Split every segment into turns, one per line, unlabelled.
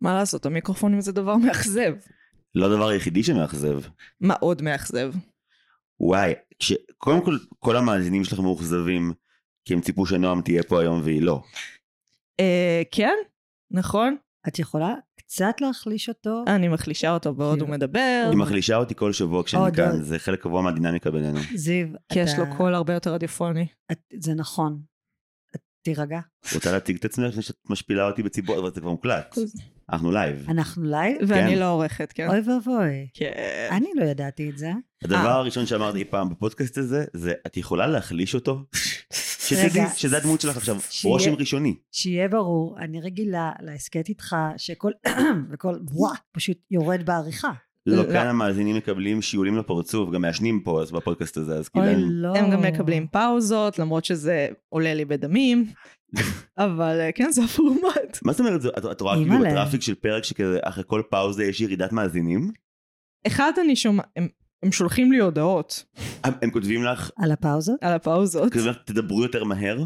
מה לעשות, המיקרופונים זה דבר מאכזב.
לא הדבר היחידי שמאכזב.
מה עוד מאכזב?
וואי, כש... קודם כל, כל המאזינים שלכם מאוכזבים, כי הם ציפו שנועם תהיה פה היום והיא לא.
אה, כן, נכון.
את יכולה קצת להחליש אותו?
אני מחלישה אותו בעוד
כאילו.
הוא מדבר,
היא מחלישה אותי כל שבוע כשאני
עוד,
כאן,
עוד.
זה חלק קבוע מהדינמיקה בינינו.
זיו,
כי יש
אתה-
לו קול הרבה יותר רדיופוני.
את- זה נכון. את- תירגע.
רוצה להציג את עצמך לפני שאת משפילה אותי בציבור, אבל זה כבר מוקלט. אנחנו לייב.
אנחנו לייב?
ואני
כן.
לא עורכת, כן.
אוי ואבוי.
כן.
אני לא ידעתי את זה.
הדבר הראשון שאמרתי אי פעם בפודקאסט הזה, זה את יכולה להחליש אותו? שתדעי
רגע.
שזה הדמות שלך עכשיו,
שיהיה-
רושם ראשוני.
שיהיה ברור, אני רגילה להסכת איתך שכל וכל וואה פשוט יורד בעריכה.
לא,
לא.
כאן המאזינים מקבלים שיעולים לפרצוף, גם מעשנים פה אז בפודקאסט הזה, אז כאילו...
אוי
הם-
לא.
הם גם מקבלים פאוזות, למרות שזה עולה לי בדמים, אבל אה, כן, זה הפורמט.
מה זאת אומרת, זה- את- את רואה
אימא
כאילו
להם.
בטראפיק של פרק שכזה, אחרי כל פאוזה יש ירידת מאזינים?
אחד, אני שומע... הם- הם שולחים לי הודעות
הם- הם כותבים לך,
על הפאוזות?
על הפאוזות.
כותבים לך, תדברו יותר מהר?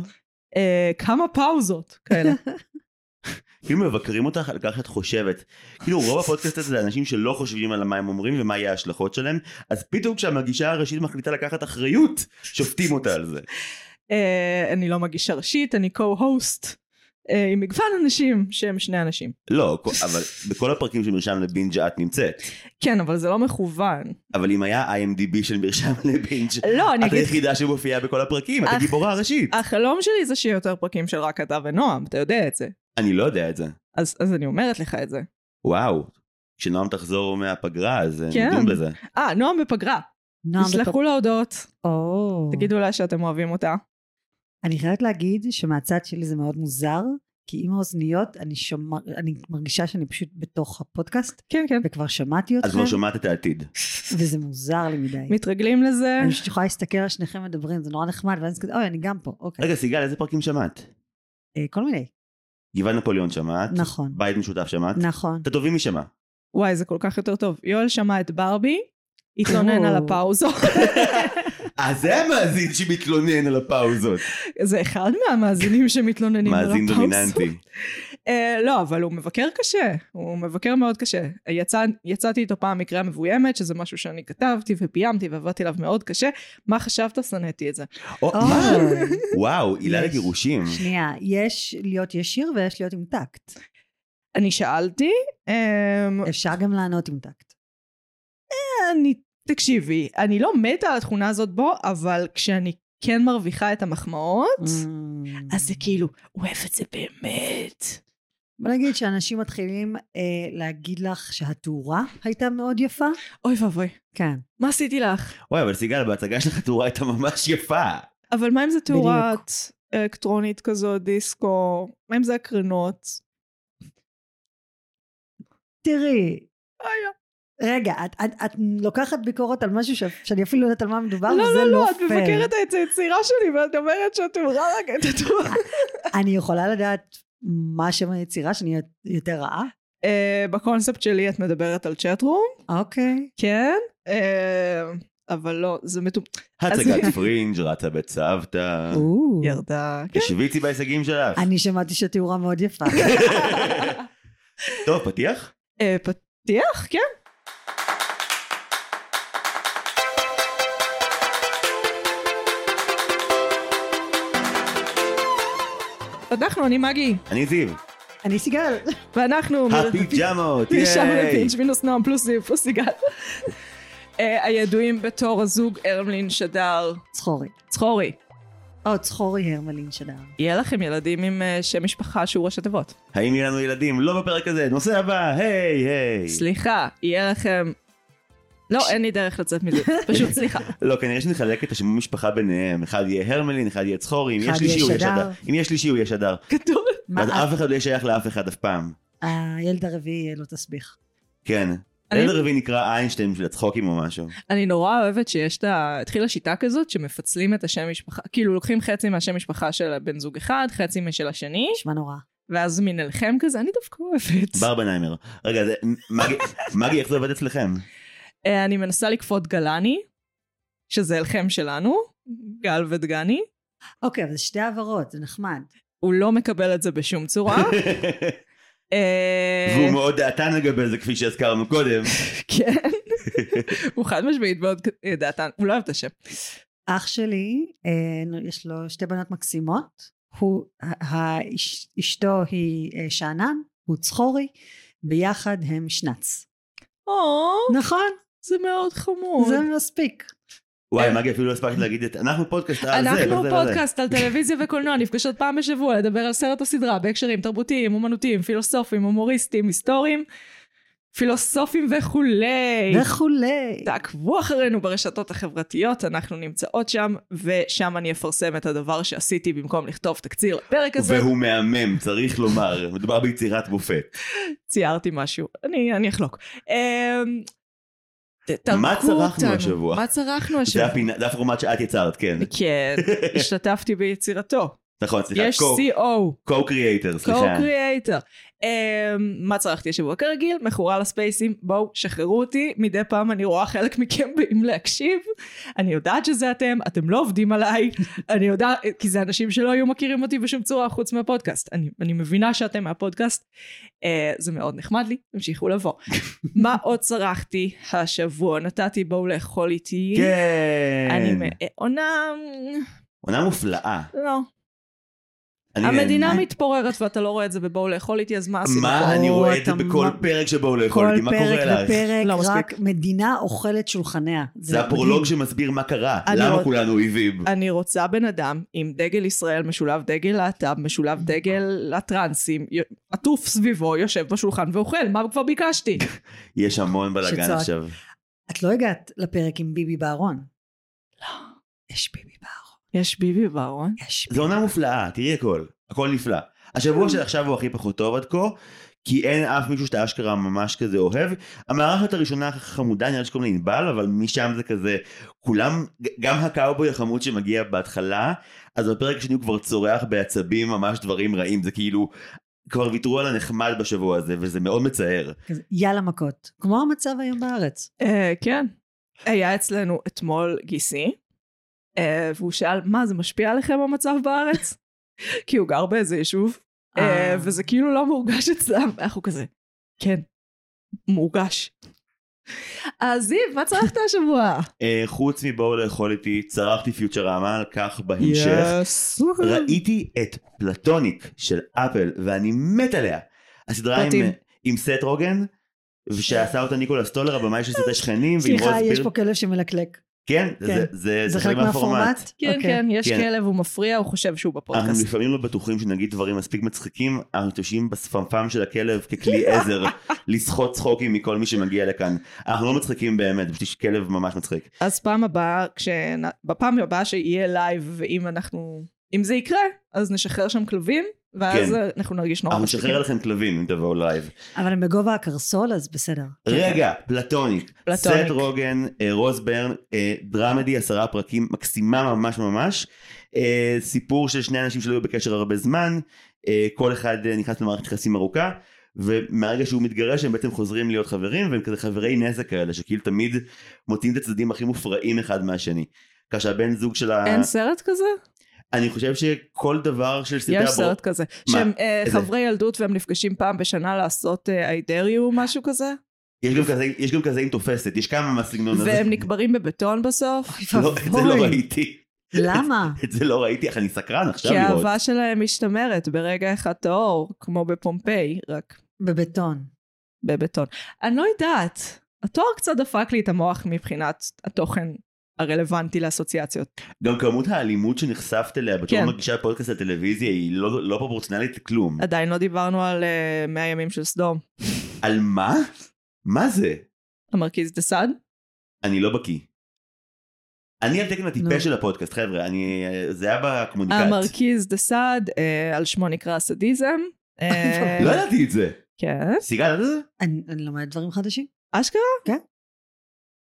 אה, כמה פאוזות כאלה.
כאילו מבקרים אותך על כך שאת חושבת. כאילו רוב הפודקאסט הזה זה אנשים שלא חושבים על מה הם אומרים ומה יהיה ההשלכות שלהם, אז פתאום כשהמגישה הראשית מחליטה לקחת אחריות, שופטים אותה על זה.
אה, אני לא מגישה ראשית, אני co-host אה, עם מגוון אנשים שהם שני אנשים.
לא, כל- אבל בכל הפרקים של מרשם לבינג' את נמצאת.
כן, אבל זה לא מכוון.
אבל אם היה IMDB של מרשם לבינג',
לא, אני
את
אגיד,
היחידה שמופיעה בכל הפרקים, את
אך-
הגיבורה הראשית.
החלום שלי זה שיהיה יותר פרקים של רק אתה ונועם, אתה יודע את זה.
אני לא יודע את זה.
אז, אז אני אומרת לך את זה.
וואו, כשנועם תחזור מהפגרה אז אה,
כן.
נדון בזה.
אה, נועם בפגרה.
נועם
תשלחו לה הודעות,
או.
תגידו לה שאתם אוהבים אותה.
אני חייבת להגיד שמהצד שלי זה מאוד מוזר, כי עם האוזניות אני שומע, אני מרגישה שאני פשוט בתוך הפודקאסט,
כן, כן.
וכבר שמעתי
את כבר
אתכם,
שומעת את העתיד.
וזה מוזר לי מדי.
מתרגלים לזה.
אני פשוט יכולה להסתכל על שניכם מדברים, זה נורא נחמד, ואז כזה, אוי, אני גם פה, אוקיי.
רגע, סיגל, איזה פרקים שמעת?
אה, כל מיני.
גבעת נפוליאון שמעת?
נכון,
בית משותף שמעת?
נכון.
את הטובים מי שמע?
וואי, זה כל כך יותר טוב. יואל שמע את ברבי, התלונן
או.
על הפאוזות.
אה, זה המאזין שמתלונן על הפאוזות.
זה אחד מהמאזינים שמתלוננים על
מאזין
הפאוזות.
דומיננטי.
אה, לא, אבל הוא מבקר קשה, הוא מבקר מאוד קשה. יצא, יצאתי איתו פעם מקריאה מבוימת, שזה משהו שאני כתבתי וביימתי ועבדתי עליו מאוד קשה. מה חשבת? שנאתי את זה.
או,
אוי.
מה? וואו, עילה
יש.
לגירושים.
שנייה, יש להיות ישיר ויש להיות עם טקט.
אני שאלתי, אמ,
אפשר גם לענות עם טקט.
Mm. אני, תקשיבי, אני לא מתה על התכונה הזאת בו, אבל כשאני כן מרוויחה את המחמאות,
Mm.
אז זה כאילו, הוא אוהב את זה באמת.
בוא נגיד שאנשים מתחילים אה, להגיד לך שהתאורה הייתה מאוד יפה.
אוי ואבוי,
כן.
מה עשיתי לך?
וואי, אבל סיגל, בהצגה שלך התאורה הייתה ממש יפה.
אבל מה אם זה תאורת אלקטרונית כזאת, דיסקו? מה אם זה הקרנות?
תראי,
אוי,
רגע, את, את, את לוקחת ביקורת על משהו ש, שאני אפילו לא יודעת על מה מדובר,
לא,
וזה
לא, לא, את
פייר.
מבקרת את היצירה שלי, ואת אומרת שאת אמרה רק את התורה.
אני יכולה לדעת מה שם היצירה, שאני יותר רעה?
אה, בקונספט שלי את מדברת על צ'טרום,
אוקיי.
כן, אה, אבל לא, זה מטומ...
כן.
הצגת פרינג', רצה בית סבתא.
או.
ירדה. כן.
תשוויצי בהישגים שלך.
אוקיי. אני שמעתי שהתאורה מאוד יפה.
טוב, פתיח?
אה, פתיח, כן. אנחנו, אני מגי,
אני זיו.
אני סיגל.
ואנחנו...
הפיג'מות,
משם
ייי.
לפינץ' מינוס נועם פלוס זיו פלוס יגאל. אה, הידועים בתור הזוג הרמלין שדר
צחורי.
צחורי.
או, צחורי הרמלין שלנו.
יהיה לכם ילדים עם אה, שם משפחה שהוא ראשי תיבות.
האם יהיה לנו ילדים? לא בפרק הזה, נושא הבא, היי,
אה.
היי.
סליחה, יהיה לכם... לא, אין לי דרך לצאת מזה, פשוט סליחה.
לא, כנראה שנחלק את השמות משפחה ביניהם. אחד יהיה הרמלין, אחד יהיה צחורי, אם
אחד
יש שלישי הוא
יהיה
יהיה
שדר.
שדר. אם יש שלישי הוא יהיה שדר.
כתוב.
מה,
ואז
ה-
אף אחד לא יהיה שייך לאף אחד אף פעם.
הילד הרביעי יהיה לו תסביך.
כן.
אני-
הילד הרביעי נקרא איינשטיין בשביל הצחוקים או משהו.
אני נורא אוהבת שיש את ה... התחילה שיטה כזאת שמפצלים את השם משפחה, כאילו לוקחים חצי מהשם משפחה של בן זוג אחד, חצי משל השני,
נשמע נורא.
ואז מין אלחם כזה, אני דווקא אוהבת.
ברבנהיימר. רגע, זה- מגי- מגי, איך זה עובד אצלכם?
אה, אני מנסה לכפות גלני, שזה אלחם שלנו, גל ודגני.
אוקיי, אבל זה שתי העברות, זה נחמד.
הוא לא מקבל את זה בשום צורה. אה,
שהוא מאוד דעתן לגבי זה, כפי שהזכרנו קודם.
כן. הוא חד משמעית מאוד דעתן, הוא לא אוהב את השם.
אח שלי, אה, יש לו שתי בנות מקסימות, הוא, ה- האיש- אשתו היא אה, שאנן, הוא צחורי, ביחד הם שנץ.
או,
נכון,
זה מאוד חמוד.
זה מספיק.
וואי, מגי, אפילו לא הספקתי להגיד את... אנחנו פודקאסט על אה, זה.
אנחנו לא
וזה וזה.
פודקאסט על טלוויזיה וקולנוע, נפגשות פעם בשבוע לדבר על סרט או סדרה בהקשרים תרבותיים, אומנותיים, פילוסופיים, הומוריסטיים, היסטוריים, פילוסופיים וכולי.
וכולי.
תעקבו אחרינו ברשתות החברתיות, אנחנו נמצאות שם, ושם אני אפרסם את הדבר שעשיתי במקום לכתוב תקציר לפרק הזה.
והוא מהמם, צריך לומר. מדובר ביצירת מופת.
ציירתי משהו, אני, אני אחלוק. אמ, ת- תעקבו
מה צרכנו
אותנו.
השבוע?
מה צרכנו
זה
השבוע?
הפינה- זה הפורמט שאת יצרת, כן.
כן, השתתפתי ביצירתו.
נכון, סליחה.
יש CO.
co-creator, סליחה.
co-creator. Um, מה צרכתי השבוע? כרגיל, מכורה לספייסים, בואו, שחררו אותי. מדי פעם אני רואה חלק מכם באים להקשיב. אני יודעת שזה אתם, אתם לא עובדים עליי. אני יודעת, כי זה אנשים שלא היו מכירים אותי בשום צורה חוץ מהפודקאסט. אני, אני מבינה שאתם מהפודקאסט. Uh, זה מאוד נחמד לי, תמשיכו לבוא. מה עוד צרכתי השבוע? נתתי בואו לאכול איתי.
כן.
אני מ- אה, עונה... אמ,
עונה מופלאה.
לא.
אני
המדינה
נהנה.
מתפוררת ואתה לא רואה את זה בבואו לאכול איתי, אז מה עשינו?
כן. מה אני
או,
רואה את זה
אתה
בכל
מה-
פרק שבו הוא לא
כל
יכול אותי, מה
פרק
קורה לך?
ופרק,
לא
רק
מספיק.
מדינה אוכלת שולחניה.
זה הפרולוג שמסביר מה קרה,
אני
למה
רוצה-
כולנו אויבים.
אני רוצה בן אדם עם דגל ישראל, משולב דגל להט"ב, משולב דגל הטרנסים, י- עטוף סביבו, יושב בשולחן ואוכל, מה כבר ביקשתי?
יש המון בלאגן
שצועק.
עכשיו.
את לא הגעת לפרק עם ביבי בארון. לא. יש ביבי בארון.
יש ביבי בארון?
יש
זו עונה מופלאה, תראי הכל, הכל נפלא. השבוע של עכשיו הוא הכי פחות טוב עד כה, כי אין אף מישהו שאתה אשכרה ממש כזה אוהב. המארחת הראשונה חמודה, נראה לי שקוראים לה ענבל, אבל משם זה כזה, כולם, ג- גם הקאובוי החמוד שמגיע בהתחלה, אז בפרק השני הוא כבר צורח בעצבים ממש דברים רעים, זה כאילו, כבר ויתרו על הנחמד בשבוע הזה, וזה מאוד מצער.
כזה, יאללה מכות. כמו המצב היום בארץ.
אה, כן. היה אצלנו אתמול גיסי, אה, והוא שאל, מה, זה משפיע עליכם המצב בארץ? כי הוא גר באיזה יישוב, אה,
אה.
וזה כאילו לא מורגש אצלם, אנחנו כזה, כן, מורגש. אז זיו, מה צרכת השבוע?
אה, חוץ מבואו לאכול איתי, צרחתי פיוטרמה על כך בהמשך. ראיתי את פלטוניק של אפל ואני מת עליה. הסדרה עם,
פרטים.
עם סט רוגן ושעשה אותה ניקולס טולר הבמאי של סרטי שכנים ועם
סליחה,
רוז
יש
בירד.
פה כלב שמלקלק.
כן, זה,
כן.
זה,
זה חלק מהפורמט?
כן,
אוקיי.
כן, יש
כן.
כלב, הוא מפריע, הוא חושב שהוא
אנחנו
בפודקאסט.
לפעמים לא בטוחים שנגיד דברים מספיק מצחיקים, אנחנו משתמשים בשפמפם של הכלב ככלי עזר לסחוט צחוקים מכל מי שמגיע לכאן. אנחנו לא מצחיקים באמת, פשוט יש כלב ממש מצחיק.
אוקיי.
אז פעם הבאה, כשנ- בפעם הבאה שיהיה לייב, ואם אנחנו... אם זה יקרה, אז נשחרר שם כלבים, ואז
כן.
אנחנו נרגיש נורא
אנחנו
מצחיקים.
נשחרר לכם כלבים אם תבואו לייב.
אבל הם בגובה הקרסול, אז בסדר.
רגע, פלטוניק.
כן. פלטוניק.
סט רוגן, אה, רוס ברן, אה, דרמדי, עשרה פרקים, מקסימה ממש ממש. אה, סיפור של שני אנשים שלא היו בקשר הרבה זמן, אה, כל אחד אה, נכנס למערכת יחסים ארוכה, ומהרגע שהוא מתגרש הם בעצם חוזרים להיות חברים, והם כזה חברי נזק כאלה, שכאילו תמיד מוצאים את הצדדים הכי מופרעים אחד מהשני. כך שהבן זוג של ה...
אין סרט כזה?
אני חושב שכל דבר של סרטי
יש
הברוקלי...
סרט כזה. שהם אה,
איזה?
חברי ילדות והם נפגשים פעם בשנה לעשות אה, איידריו, משהו כזה,
אה, יש גם כזה- יש גם כזה עם תופסת, יש כמה מהסגנון הזה.
והם נקברים בבטון בסוף,
לא, את זה לא ראיתי.
למה?
את זה לא ראיתי, אך אני סקרן עכשיו
כי
לראות.
האהבה שלהם משתמרת ברגע אחד טהור, כמו בפומפיי, רק
בבטון.
בבטון. אני לא יודעת, התואר קצת דפק לי את המוח מבחינת התוכן הרלוונטי לאסוציאציות.
גם כמות האלימות שנחשפת אליה בתור
כן.
מגישת פודקאסט לטלוויזיה היא לא, לא פרופורציונלית לכלום.
עדיין לא דיברנו על uh, 100 ימים של סדום.
על מה? מה זה?
המרכיז דה סעד?
אני לא בקיא. אני על תקן
נו.
הטיפש של הפודקאסט, חבר'ה, אני... זה היה בקומוניקט.
המרכיז דה סעד, uh, על שמו נקרא סדיזם. אה,
לא ידעתי את זה.
כן.
סיגל, ידעת את זה?
אני אני לומדת דברים חדשים.
אשכרה?
כן.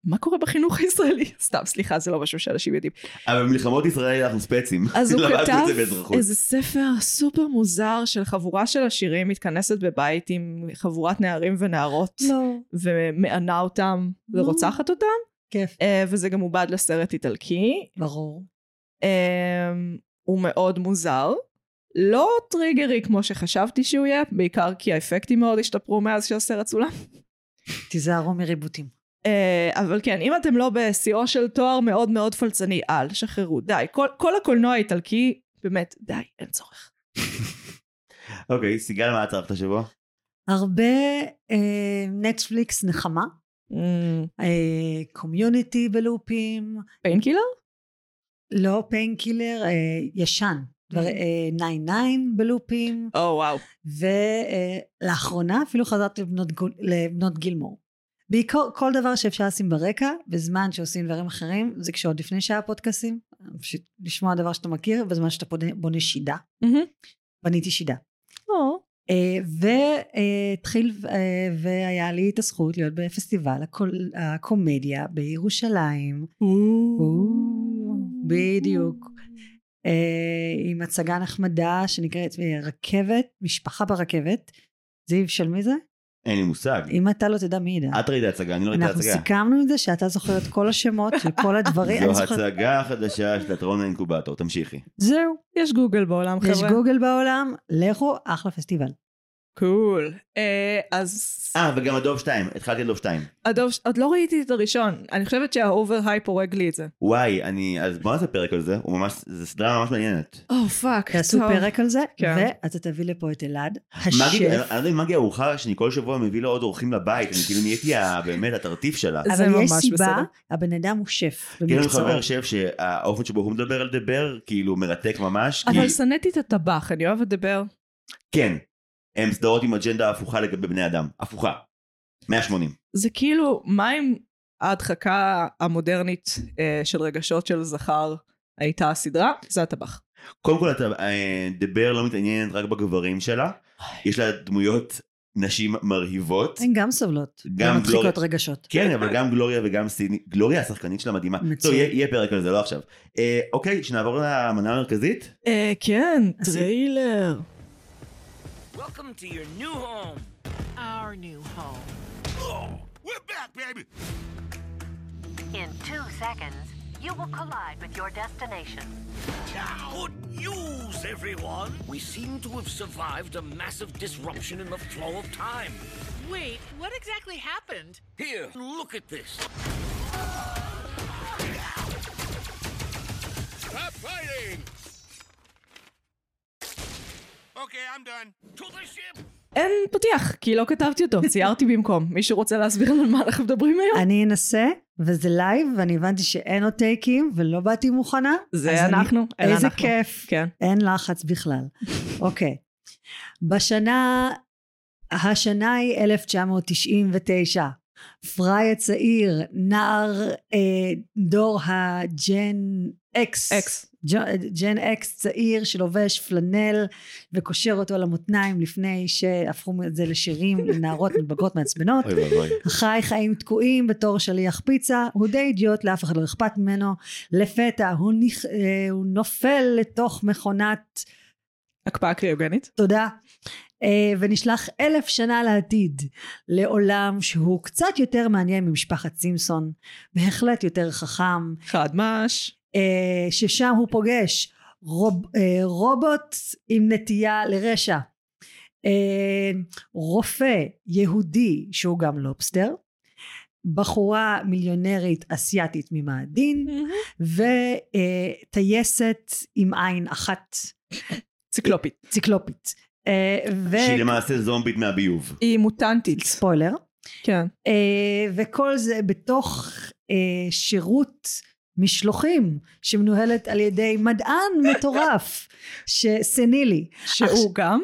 מה קורה בחינוך הישראלי? סתם, סליחה, זה לא משהו שאנשים יודעים.
אבל במלחמות ישראל אנחנו ספצים.
אז הוא
למדנו את זה
כתב
לא, באזרחות.
איזה ספר סופר מוזר של חבורה של עשירים מתכנסת בבית עם חבורת נערים ונערות.
לא.
ומענה אותם
נו.
ורוצחת אותם,
כיף.
אה, וזה גם עובד לסרט איטלקי.
ברור.
אה, הוא מאוד מוזר. לא טריגרי כמו שחשבתי שהוא יהיה, בעיקר כי האפקטים מאוד השתפרו מאז שהסרט צולם.
תיזהרו מריבוטים.
אה, אבל כן, אם אתם לא בשיאו של תואר מאוד מאוד פלצני על, שחררו, די. כל, כל הקולנוע האיטלקי, באמת, די, אין צורך.
אוקיי, סיגל, מה את אהבת השבוע?
הרבה אה, נטפליקס נחמה, אה, קומיוניטי בלופים,
פיינקילר?
לא פיינקילר, אה, ישן, דבר- אה, 99 בלופים,
או וואו.
ולאחרונה אפילו חזרתי לבנות, גול- לבנות גילמור. בעיקר כל דבר שאפשר לשים ברקע, בזמן שעושים דברים אחרים, זה כשעוד לפני שהיה פודקאסים, פשוט לשמוע דבר שאתה מכיר, בזמן שאתה בונה, בונה שידה,
Mm-hmm.
בניתי שידה. אה,
או,
והתחיל, אה, והיה לי את הזכות להיות בפסטיבל הקול- הקומדיה בירושלים.
Oh.
בדיוק. אה, עם הצגה נחמדה שנקראת אה, רכבת, משפחה ברכבת. זיו של מי זה?
אין לי מושג.
אם אתה לא תדע מי ידע.
את ראית הצגה, אני לא ראיתי
אנחנו
הצגה.
סיכמנו את זה שאתה זוכר את כל השמות של כל הדברים. אני
זו
זוכרת-
הצגה החדשה של תיאטרון האינקובטור, תמשיכי.
זהו,
יש גוגל בעולם, חבר'ה.
יש גוגל בעולם, לכו, אחלה פסטיבל.
קול. אה, אז
אה, וגם הדוב 2, התחלתי לדוב 2.
הדוב, עוד לא ראיתי את הראשון. אני חושבת שהאובר הייפ הורג לי את זה.
וואי, אני, אז בוא נעשה פרק על זה, הוא ממש, זו סדרה ממש מעניינת.
או פאק.
תעשו
Oh, טוב.
פרק על זה,
כן.
ואתה תביא לפה את אלעד,
מגי, אני
השף.
אני לא יודע אם מגי ארוחה שאני כל שבוע מביא לה עוד אורחים לבית, אני כאילו נהייתי ה- באמת הטרטיף שלה.
זה
אבל יש
ממש
סיבה,
בסדר.
הבן אדם הוא שף
כאילו אני
במקצועו.
חבר שף שהאופן שבו הוא מדבר על דבר, כאילו מרתק ממש.
אבל
כי-
שנאתי את הטבח, אני אוהבת לדבר.
כן, הם סדרות עם אג'נדה הפוכה לגבי בני אדם. הפוכה. 180.
זה כאילו, מה אם ההדחקה המודרנית אה, של רגשות של זכר הייתה הסדרה? זה הטבח.
קודם כל, אתה, אה, דבר לא מתעניינת רק בגברים שלה, יש לה דמויות נשים מרהיבות.
הן גם סובלות.
גם לא
גם
גלוריה.
מצחיקות רגשות.
כן, אבל גם גלוריה וגם סיני, גלוריה השחקנית שלה מדהימה.
מצוין.
טוב, יהיה, יהיה פרק על זה, לא עכשיו. אה, אוקיי, שנעבור למנה המרכזית?
אה, כן,
אז-
טריילר.
Welcome to your new home.
Our new home.
In two seconds, you will collide with your destination.
Good news, everyone! We seem to have survived a massive disruption in the flow of time.
Wait, what exactly happened?
Here, look at this.
Stop fighting! Okay, I'm done.
To the ship!
אין פתיח, כי לא כתבתי אותו, ציירתי במקום. מישהו רוצה להסביר על מה אנחנו מדברים היום?
אני אנסה, וזה לייב, ואני הבנתי שאין עוד טייקים, ולא באתי מוכנה. אז
זה
אני-
אנחנו, אלה
איזה
אנחנו.
כיף.
כן.
אין לחץ בכלל. אוקיי. בשנה, השנה היא 1999. פריי הצעיר, נער אה, דור הג'ן אקס.
אקס.
ג'- ג'ן אקס צעיר שלובש פלנל וקושר אותו למותניים לפני שהפכו את זה לשירים לנערות מתבגרות מעצבנות.
אוי ואבוי.
חי חיים תקועים בתור שליח פיצה, הוא די אידיוט, לאף אחד לא אכפת ממנו. לפתע הוא, נכ... אה, הוא נופל לתוך מכונת
הקפאה קריוגנית.
תודה, אה, ונשלח אלף שנה לעתיד, לעולם שהוא קצת יותר מעניין ממשפחת סימפסון, בהחלט יותר חכם,
חד מש.
אה, ששם הוא פוגש רוב, אה, רובוט עם נטייה לרשע, אה, רופא יהודי שהוא גם לובסטר, בחורה מיליונרית אסיאתית ממאדים וטייסת עם עין אחת
ציקלופית.
ציקלופית. אה, ו...
שהיא למעשה זומבית מהביוב.
היא מוטנטית.
ספוילר.
כן.
אה, וכל זה בתוך אה, שירות משלוחים שמנוהלת על ידי מדען מטורף שסנילי
שהוא גם.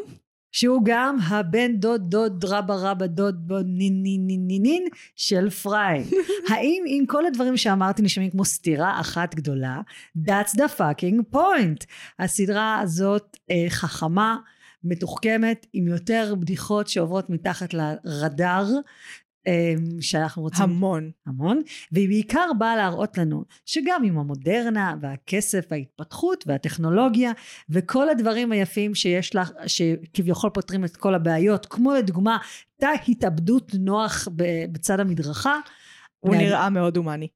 שהוא גם הבן דוד דוד רבה רבה דוד בו נין נין נין נין נין של פריי. האם אם כל הדברים שאמרתי נשמעים כמו סתירה אחת גדולה, that's the fucking point. הסדרה הזאת אה, חכמה, מתוחכמת, עם יותר בדיחות שעוברות מתחת לרדאר. אה, שאנחנו רוצים
המון.
המון, והיא בעיקר באה להראות לנו שגם עם המודרנה והכסף וההתפתחות והטכנולוגיה וכל הדברים היפים שיש לך, שכביכול פותרים את כל הבעיות, כמו לדוגמה תא התאבדות נוח ב- בצד המדרכה,
הוא
ואני-
נראה מאוד הומני.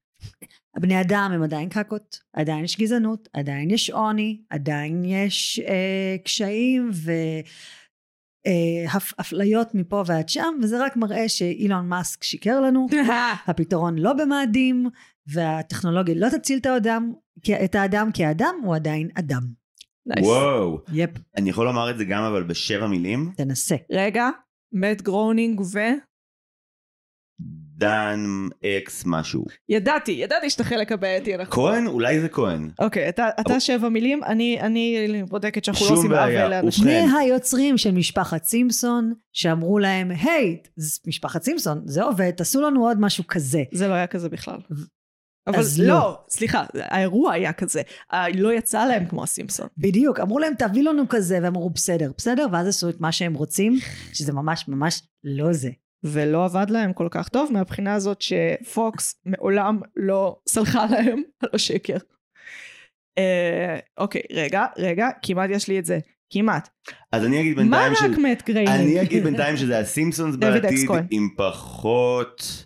בני אדם הם עדיין קקות, עדיין יש גזענות, עדיין יש עוני, עדיין יש אה, קשיים והפליות מפה ועד שם, וזה רק מראה שאילון מאסק שיקר לנו, הפתרון לא במאדים, והטכנולוגיה לא תציל את האדם, כי- את האדם, כי האדם הוא עדיין אדם.
נייס.
וואו.
יפ,
אני יכול לומר את זה גם אבל בשבע מילים?
תנסה.
רגע, מאט גרונינג ו...
דן אקס משהו.
ידעתי, ידעתי שאת החלק הבעייתי אנחנו...
כהן? אולי זה כהן.
אוקיי, אתה, אתה שבע מילים, אני, אני בודקת שאנחנו לא
שום
עושים
בעיה,
עוול לאנשים.
ובכן.
שני היוצרים של משפחת סימפסון, שאמרו להם, היי, ז- משפחת סימפסון, זה עובד, תעשו לנו עוד משהו כזה.
זה לא היה כזה בכלל. אבל
אז
לא,
לא.
סליחה, האירוע היה כזה. ה- לא יצא להם כמו הסימפסון.
בדיוק, אמרו להם תביא לנו כזה, והם אמרו בסדר, בסדר, ואז עשו את מה שהם רוצים, שזה ממש ממש לא זה.
ולא עבד להם כל כך טוב מהבחינה הזאת שפוקס מעולם לא סלחה להם על השקר. אה, אוקיי, רגע, רגע, כמעט יש לי את זה. כמעט.
אז אני אגיד
מה
בינתיים ש...
רק מאט גריינינג?
אני אגיד בינתיים שזה הסימפסונס
דויד אקס
בעתיד
כהן.
עם פחות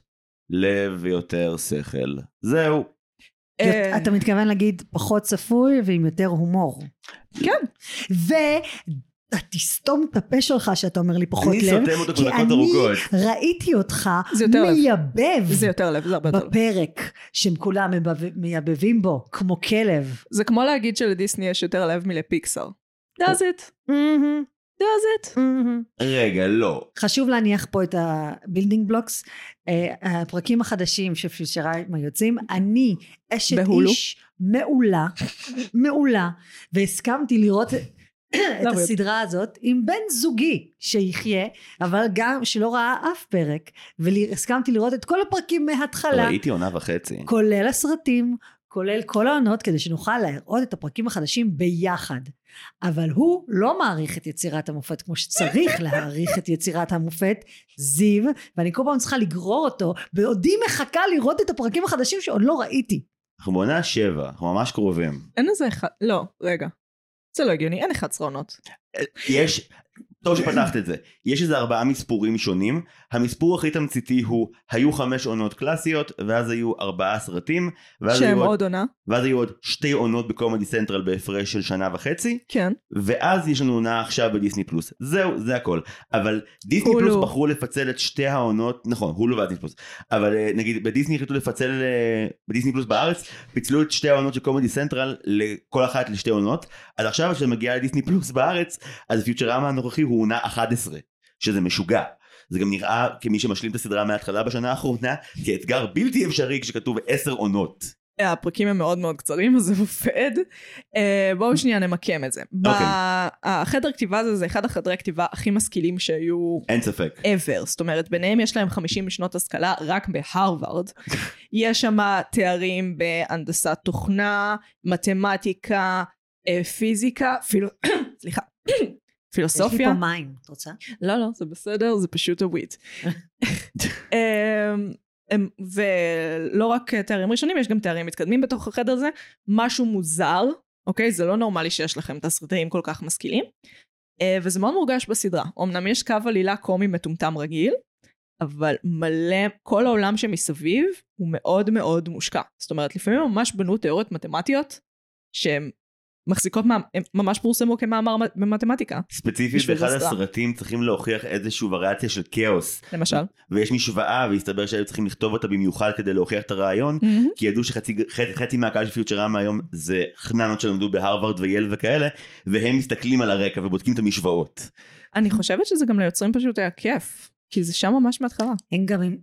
לב ויותר שכל. זהו.
אה,
אתה מתכוון להגיד פחות צפוי ועם יותר הומור.
כן.
ותסתום את הפה שלך שאתה אומר לי פחות
אני
לב,
סותם אותו
כי
כבר דקות
אני
ארוכות.
ראיתי אותך
זה יותר לב.
מייבב
זה יותר לב, זה הרבה יותר לב.
בפרק שהם כולם מבב- מייבבים בו, כמו כלב.
זה כמו להגיד שלדיסני יש יותר לב מלפיקסאר. does it, does it.
רגע, לא.
חשוב להניח פה את הבילדינג בלוקס, אה, הפרקים החדשים של פישריים היוצאים, אני אשת
בהולו.
איש מעולה, מעולה, והסכמתי לראות את
למה?
הסדרה הזאת עם בן זוגי שיחיה, אבל גם שלא ראה אף פרק, והסכמתי לראות את כל הפרקים מההתחלה,
ראיתי עונה וחצי.
כולל הסרטים, כולל כל העונות, כדי שנוכל לראות את הפרקים החדשים ביחד. אבל הוא לא מעריך את יצירת המופת כמו שצריך להעריך את יצירת המופת, זיו, ואני כל פעם צריכה לגרור אותו, בעודי מחכה לראות את הפרקים החדשים שעוד לא ראיתי.
אנחנו בעונה שבע, אנחנו ממש קרובים.
אין איזה אחד, לא, רגע. זה לא הגיוני, אין 11 עונות.
יש, טוב שפתחת את זה, יש איזה ארבעה מספורים שונים, המספור הכי תמציתי הוא, היו חמש עונות קלאסיות, ואז היו ארבעה סרטים, ואז,
שהם
היו עוד,
עוד עונה,
ואז היו עוד שתי עונות בקומדי סנטרל בהפרש של שנה וחצי,
כן.
ואז יש לנו עונה עכשיו בדיסני פלוס. זהו, זה הכל. אבל דיסני
הולו.
הולו. פלוס בחרו לפצל את שתי העונות, נכון, הולו ודיסני פלוס. אבל אה, נגיד בדיסני החליטו לפצל, אה, בדיסני פלוס בארץ, פיצלו את שתי העונות של קומדי סנטרל לכל אחת לשתי עונות. אז עכשיו כשמגיעה לדיסני פלוס בארץ, אז פיוטרמה הנוכחי הוא עונה 11, שזה משוגע. זה גם נראה כמי שמשלים את הסדרה מההתחלה בשנה האחרונה, כאתגר בלתי אפשרי כשכתוב 10 עונות.
אה, הפרקים הם מאוד מאוד קצרים, אז זה עובד. אה, בואו שנייה נמקם את זה.
אוקיי.
ב- החדר כתיבה הזה זה אחד החדרי כתיבה הכי משכילים שהיו
אין ספק.
ever, זאת אומרת ביניהם יש להם 50 שנות השכלה רק בהרווארד. יש שם תארים בהנדסת תוכנה, מתמטיקה, אה, פיזיקה, פילו... סליחה,
יש לי
פילוסופיה.
פה מים, את רוצה?
לא, לא, זה בסדר, זה פשוט הוויט. אמ, אמ, ולא רק תארים ראשונים, יש גם תארים מתקדמים בתוך החדר הזה. משהו מוזר, אוקיי? זה לא נורמלי שיש לכם תסריטאים כל כך משכילים. אה, וזה מאוד מורגש בסדרה. אמנם יש קו עלילה קומי מטומטם רגיל, אבל מלא, כל העולם שמסביב הוא מאוד מאוד מושקע. זאת אומרת, לפעמים ממש בנו תיאוריות מתמטיות שהן מחזיקות, מה- הן ממש פורסמו כמאמר במתמטיקה,
ספציפית
בשביל
באחד
הסדרה.
הסרטים צריכים להוכיח איזשהו וריאציה של כאוס.
למשל.
ויש משוואה והסתבר שהיו צריכים לכתוב אותה במיוחד כדי להוכיח את הרעיון כי ידעו שחצי חצי, חצי מהקהל של פיוטרמה היום זה חננות שלמדו בהרווארד וייל וכאלה והם מסתכלים על הרקע ובודקים את המשוואות.
אני חושבת שזה גם ליוצרים פשוט היה כיף, כי זה שם ממש מההתחלה.
הם גם... עם-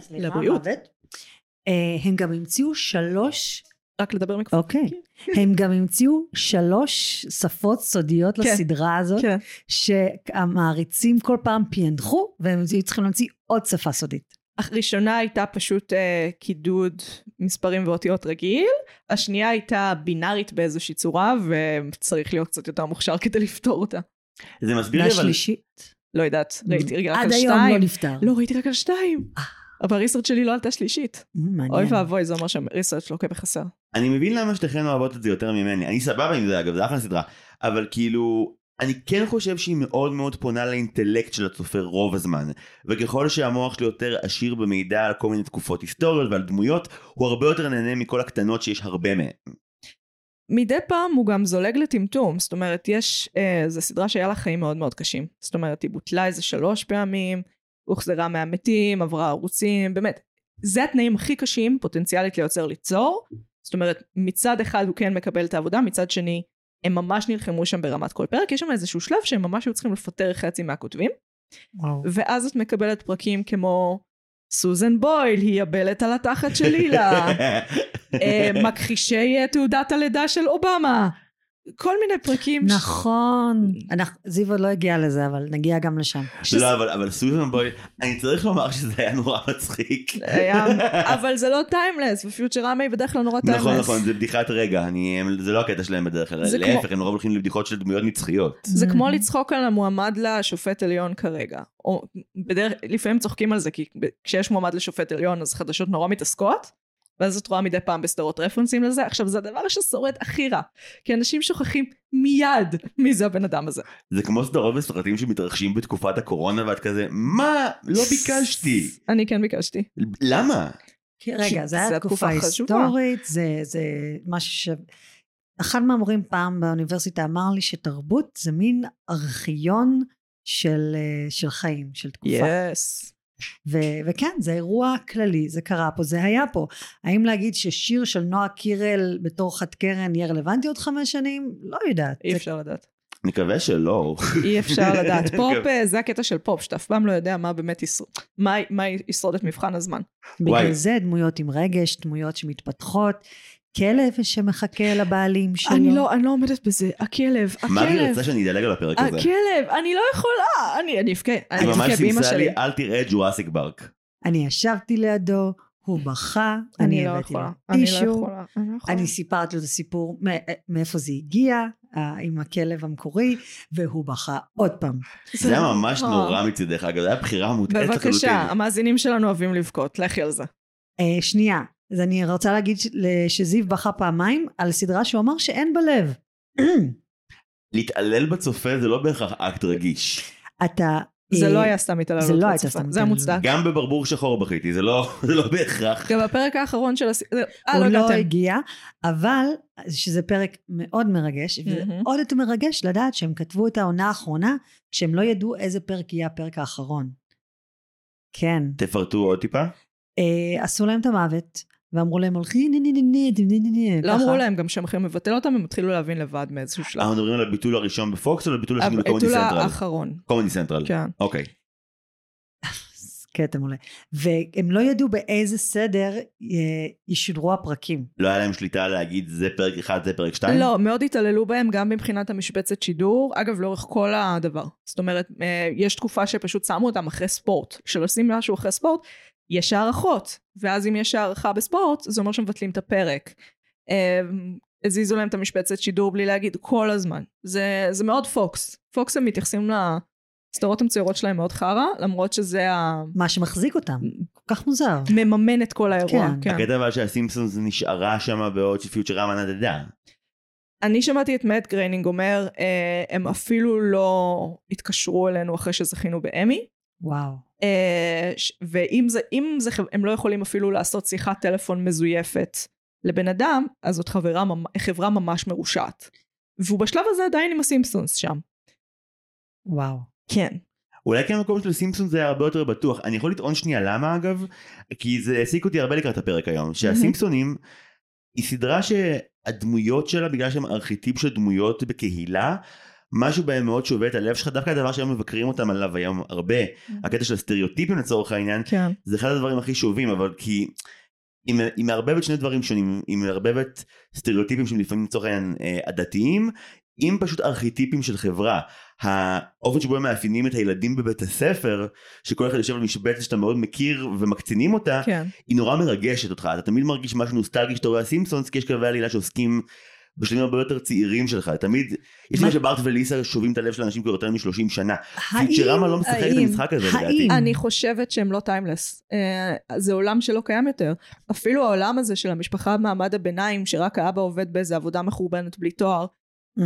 סליחה,
לבריאות.
מוות. אה, הם גם המציאו שלוש
רק לדבר מכפ...
אוקיי. הם גם המציאו שלוש שפות סודיות
כן.
לסדרה הזאת,
כן.
שהמעריצים כל פעם פענחו, והם היו צריכים להמציא עוד שפה סודית.
הראשונה הייתה פשוט אה, קידוד מספרים ואותיות רגיל, השנייה הייתה בינארית באיזושהי צורה, וצריך להיות קצת יותר מוכשר כדי לפתור אותה.
זה מסביר לי אבל
והשלישית,
לא יודעת, ראיתי רק
עד
על
היום לא
שתיים.
נפתר.
לא, ראיתי רק על שתיים. אבל הריסרט שלי לא עלתה שלישית.
Mm,
אוי
מעניין.
ואבוי, זה אומר שהריסרט לוקה בחסר.
אני מבין למה שתיכן אוהבות את זה יותר ממני אני סבבה עם זה אגב זה אחלה סדרה אבל כאילו אני כן חושב שהיא מאוד מאוד פונה לאינטלקט של הצופה רוב הזמן, וככל שהמוח שלו יותר עשיר במידע על כל מיני תקופות היסטוריות ועל דמויות, הוא הרבה יותר נהנה מכל הקטנות שיש הרבה מהן.
מדי פעם הוא גם זולג לטמטום, זאת אומרת, יש, אה, זו סדרה שהיה לה חיים מאוד מאוד קשים. זאת אומרת, היא בוטלה איזה שלוש פעמים, הוחזרה מהמתים, עברה ערוצים, באמת. זה התנאים הכי קשים פוטנציאלית ליוצר ליצור. זאת אומרת, מצד אחד הוא כן מקבל את העבודה, מצד שני, הם ממש נלחמו שם ברמת כל פרק. יש שם איזשהו שלב שהם ממש היו צריכים לפטר חצי מהכותבים.
וואו.
ואז את מקבלת פרקים כמו סוזן בויל, היא הבלת על התחת של הילה. אה, מכחישי אה, תעודת הלידה של אובמה. כל מיני פרקים. ש-
נכון. אנחנו- זיו עוד לא הגיע לזה, אבל נגיע גם לשם.
לא, אבל, אבל סוזן בוי, אני צריך לומר שזה היה נורא מצחיק.
היה, אבל זה לא טיימלס, ופיוטרמה היא בדרך כלל נורא טיימלס.
נכון, נכון, זה בדיחת רגע, אני, הם- זה לא הקטע שלהם בדרך כלל,
זה
להפך,
כמו-
הם נורא הולכים לבדיחות של דמויות נצחיות.
זה
Mm.
כמו לצחוק על המועמד לשופט עליון כרגע. או בדרך, לפעמים צוחקים על זה, כי ב- כשיש מועמד לשופט עליון אז חדשות נורא מתעסקות, ואז את רואה מדי פעם בסדרות רפרנסים לזה. עכשיו, זה הדבר ששורד הכי רע, כי אנשים שוכחים מיד מי זה הבן אדם הזה.
זה כמו סדרות וסרטים שמתרחשים בתקופת הקורונה, ואת כזה, מה? לא ביקשתי.
אני כן ביקשתי.
למה?
כי- רגע,
כי
זה היה
זו
תקופה
תקופה חשובה.
היסטורית, זה, זה משהו ש... אחד מהמורים פעם באוניברסיטה אמר לי שתרבות זה מין ארכיון של, אה, של חיים, של תקופה.
יס.
ו- וכן, זה אירוע כללי, זה קרה פה, זה היה פה. האם להגיד ששיר של נועה קירל בתור חד קרן יהיה רלוונטי עוד חמש שנים? לא יודעת.
אי
זה-
אפשר לדעת.
נקווה שלא.
אי אפשר לדעת. פופ, אה, זה הקטע של פופ, שאתה אף פעם לא יודע מה באמת ישרוד, מה, מה ישרוד את מבחן הזמן.
בגלל
וואי.
זה דמויות עם רגש, דמויות שמתפתחות, כלב שמחכה לבעלים שלו.
אני לא, אני לא עומדת בזה. הכלב,
מה אני
הכלב,
רוצה שאני אדלג על הפרק הזה?
הכלב, אני לא יכולה. אני אני אבכה,
היא
אני
ממש
אבכה באמא
סימסה לי,
שלי.
אל תראה את ג'ואסיק ברק.
אני ישבתי לידו, הוא בכה,
אני
אני
לא
הבאתי לו
יכולה. אני לא
טישו,
יכולה. אני לא יכולה.
אני סיפרתי לו את הסיפור מ- מאיפה זה הגיע, אה, עם הכלב המקורי, והוא בכה עוד פעם.
זה היה ממש
אה.
נורא כאילו. מצידך, אגב, זה היה בחירה מוטעית
בבקשה,
לחלוטין.
המאזינים שלנו אוהבים לבכות, לכי על זה.
אה, שנייה, אז אני רוצה להגיד ש- ל- שזיו בכה פעמיים על סדרה שהוא אמר שאין בה לב.
להתעלל בצופה זה לא בהכרח אקט רגיש.
אתה...
זה
אה,
לא היה סתם התעללות.
זה לא הייתה
רצופה.
סתם
זה היה
התעללות.
מוצדק.
גם בברבור שחור בכיתי, זה לא זה לא בהכרח.
גם בפרק האחרון של הס... אה,
הוא
לא
לא
הגעתם.
הגיע, אבל שזה פרק מאוד מרגש, וזה
מהמם.
עוד יותר מרגש לדעת שהם כתבו את העונה האחרונה, כשהם לא ידעו איזה פרק יהיה הפרק האחרון. כן.
תפרטו עוד טיפה.
אה, עשו להם את המוות, ואמרו להם הולכים, נה נה נה נה נה נה נה נה.
לא
ככה.
אמרו להם גם שהם יכולים לבטל אותם, הם התחילו להבין לבד מאיזשהו שלב.
אנחנו מדברים על הביטול הראשון בפוקס או על הביטול השני בקומדי
הביטול
סנטרל?
האחרון.
קומדי סנטרל.
אה, כן.
אוקיי.
קטע מעולה. והם לא ידעו באיזה סדר אה, ישודרו הפרקים.
לא היה להם שליטה להגיד זה פרק אחד, זה פרק שתיים?
לא, מאוד התעללו בהם גם מבחינת המשבצת שידור, אגב לאורך כל הדבר. זאת אומרת, אה, יש תקופה שפשוט שמו אותם אחרי ספורט. כשעושים משהו אחרי ספורט, יש הערכות, ואז אם יש הערכה בספורט, זה אומר שמבטלים את הפרק. אה, הזיזו להם את המשבצת שידור בלי להגיד כל הזמן. זה, זה מאוד פוקס. פוקס הם מתייחסים לסדרות המצוירות שלהם מאוד חרא, למרות שזה
מה שמחזיק אותם. כל כך מוזר.
המממן את כל האירוע.
כן.
כן.
הקטע אבל שהסימפסונס נשארה שם בעוד שפיוטרמה נדדה.
אני שמעתי את מאט גריינינג אומר, אה, הם אפילו לא התקשרו אלינו אחרי שזכינו באמי,
וואו.
אה, ש- ואם זה, אם זה, חב- הם לא יכולים אפילו לעשות שיחת טלפון מזויפת לבן אדם, אז זאת חברה, ממ- חברה ממש מרושעת. והוא בשלב הזה עדיין עם הסימפסונס שם.
וואו.
כן.
אולי כי המקום של סימפסון זה היה הרבה יותר בטוח. אני יכול לטעון שנייה למה אגב, כי זה העסיק אותי הרבה לקראת הפרק היום, שהסימפסונים היא סדרה שהדמויות שלה, בגלל שהם ארכיטיפ של דמויות בקהילה, משהו בהם מאוד שובה את הלב שלך, דווקא הדבר שהיום מבקרים אותם עליו היום הרבה, הקטע של הסטריאוטיפים לצורך העניין,
כן.
זה אחד הדברים הכי שובים, אבל כי היא מ- היא מערבבת שני דברים שונים, היא מערבבת סטריאוטיפים שהם לפעמים לצורך העניין אה, עדתיים, עם פשוט ארכיטיפים של חברה. האופן שבו הם מאפיינים את הילדים בבית הספר, שכל אחד יושב על משבצת שאתה מאוד מכיר ומקצינים אותה,
כן.
היא נורא מרגשת אותך, אתה תמיד מרגיש משהו נוסטלגי שאתה רואה סימפסונס, כי יש קווי עלילה שעוסקים בשלבים הרבה יותר צעירים שלך, תמיד, יש
מה-
מה שבארט וליסה שובים את הלב של אנשים כבר יותר מ-30 שנה.
האם-
פיוטרמה לא משחקת את
האם-
המשחק הזה, לדעתי.
האם-
אני חושבת שהם לא טיימלס. אה, זה עולם שלא קיים יותר. אפילו העולם הזה של המשפחה מעמד הביניים, שרק האבא עובד באיזה עבודה מחורבנת בלי תואר,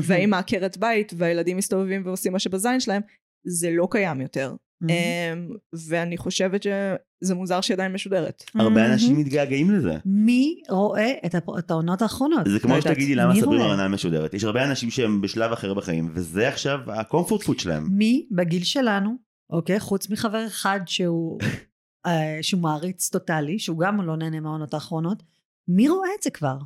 והאימא עקרת בית והילדים מסתובבים ועושים מה שבזין שלהם, זה לא קיים יותר.
אה,
אמ, ואני חושבת שזה מוזר שהיא עדיין משודרת.
הרבה אנשים מתגעגעים לזה.
מי רואה את הפ- את העונות האחרונות?
זה
לא
כמו
יודעת.
שתגידי למה
מי
סברינה
רואה?
אינה משודרת. יש הרבה אנשים שהם בשלב אחר בחיים, וזה עכשיו הקומפורט פוד שלהם.
מי בגיל שלנו, אוקיי, חוץ מחבר אחד שהוא, אה, שהוא מעריץ טוטאלי, שהוא גם לא נהנה מהעונות האחרונות, מי רואה את זה כבר?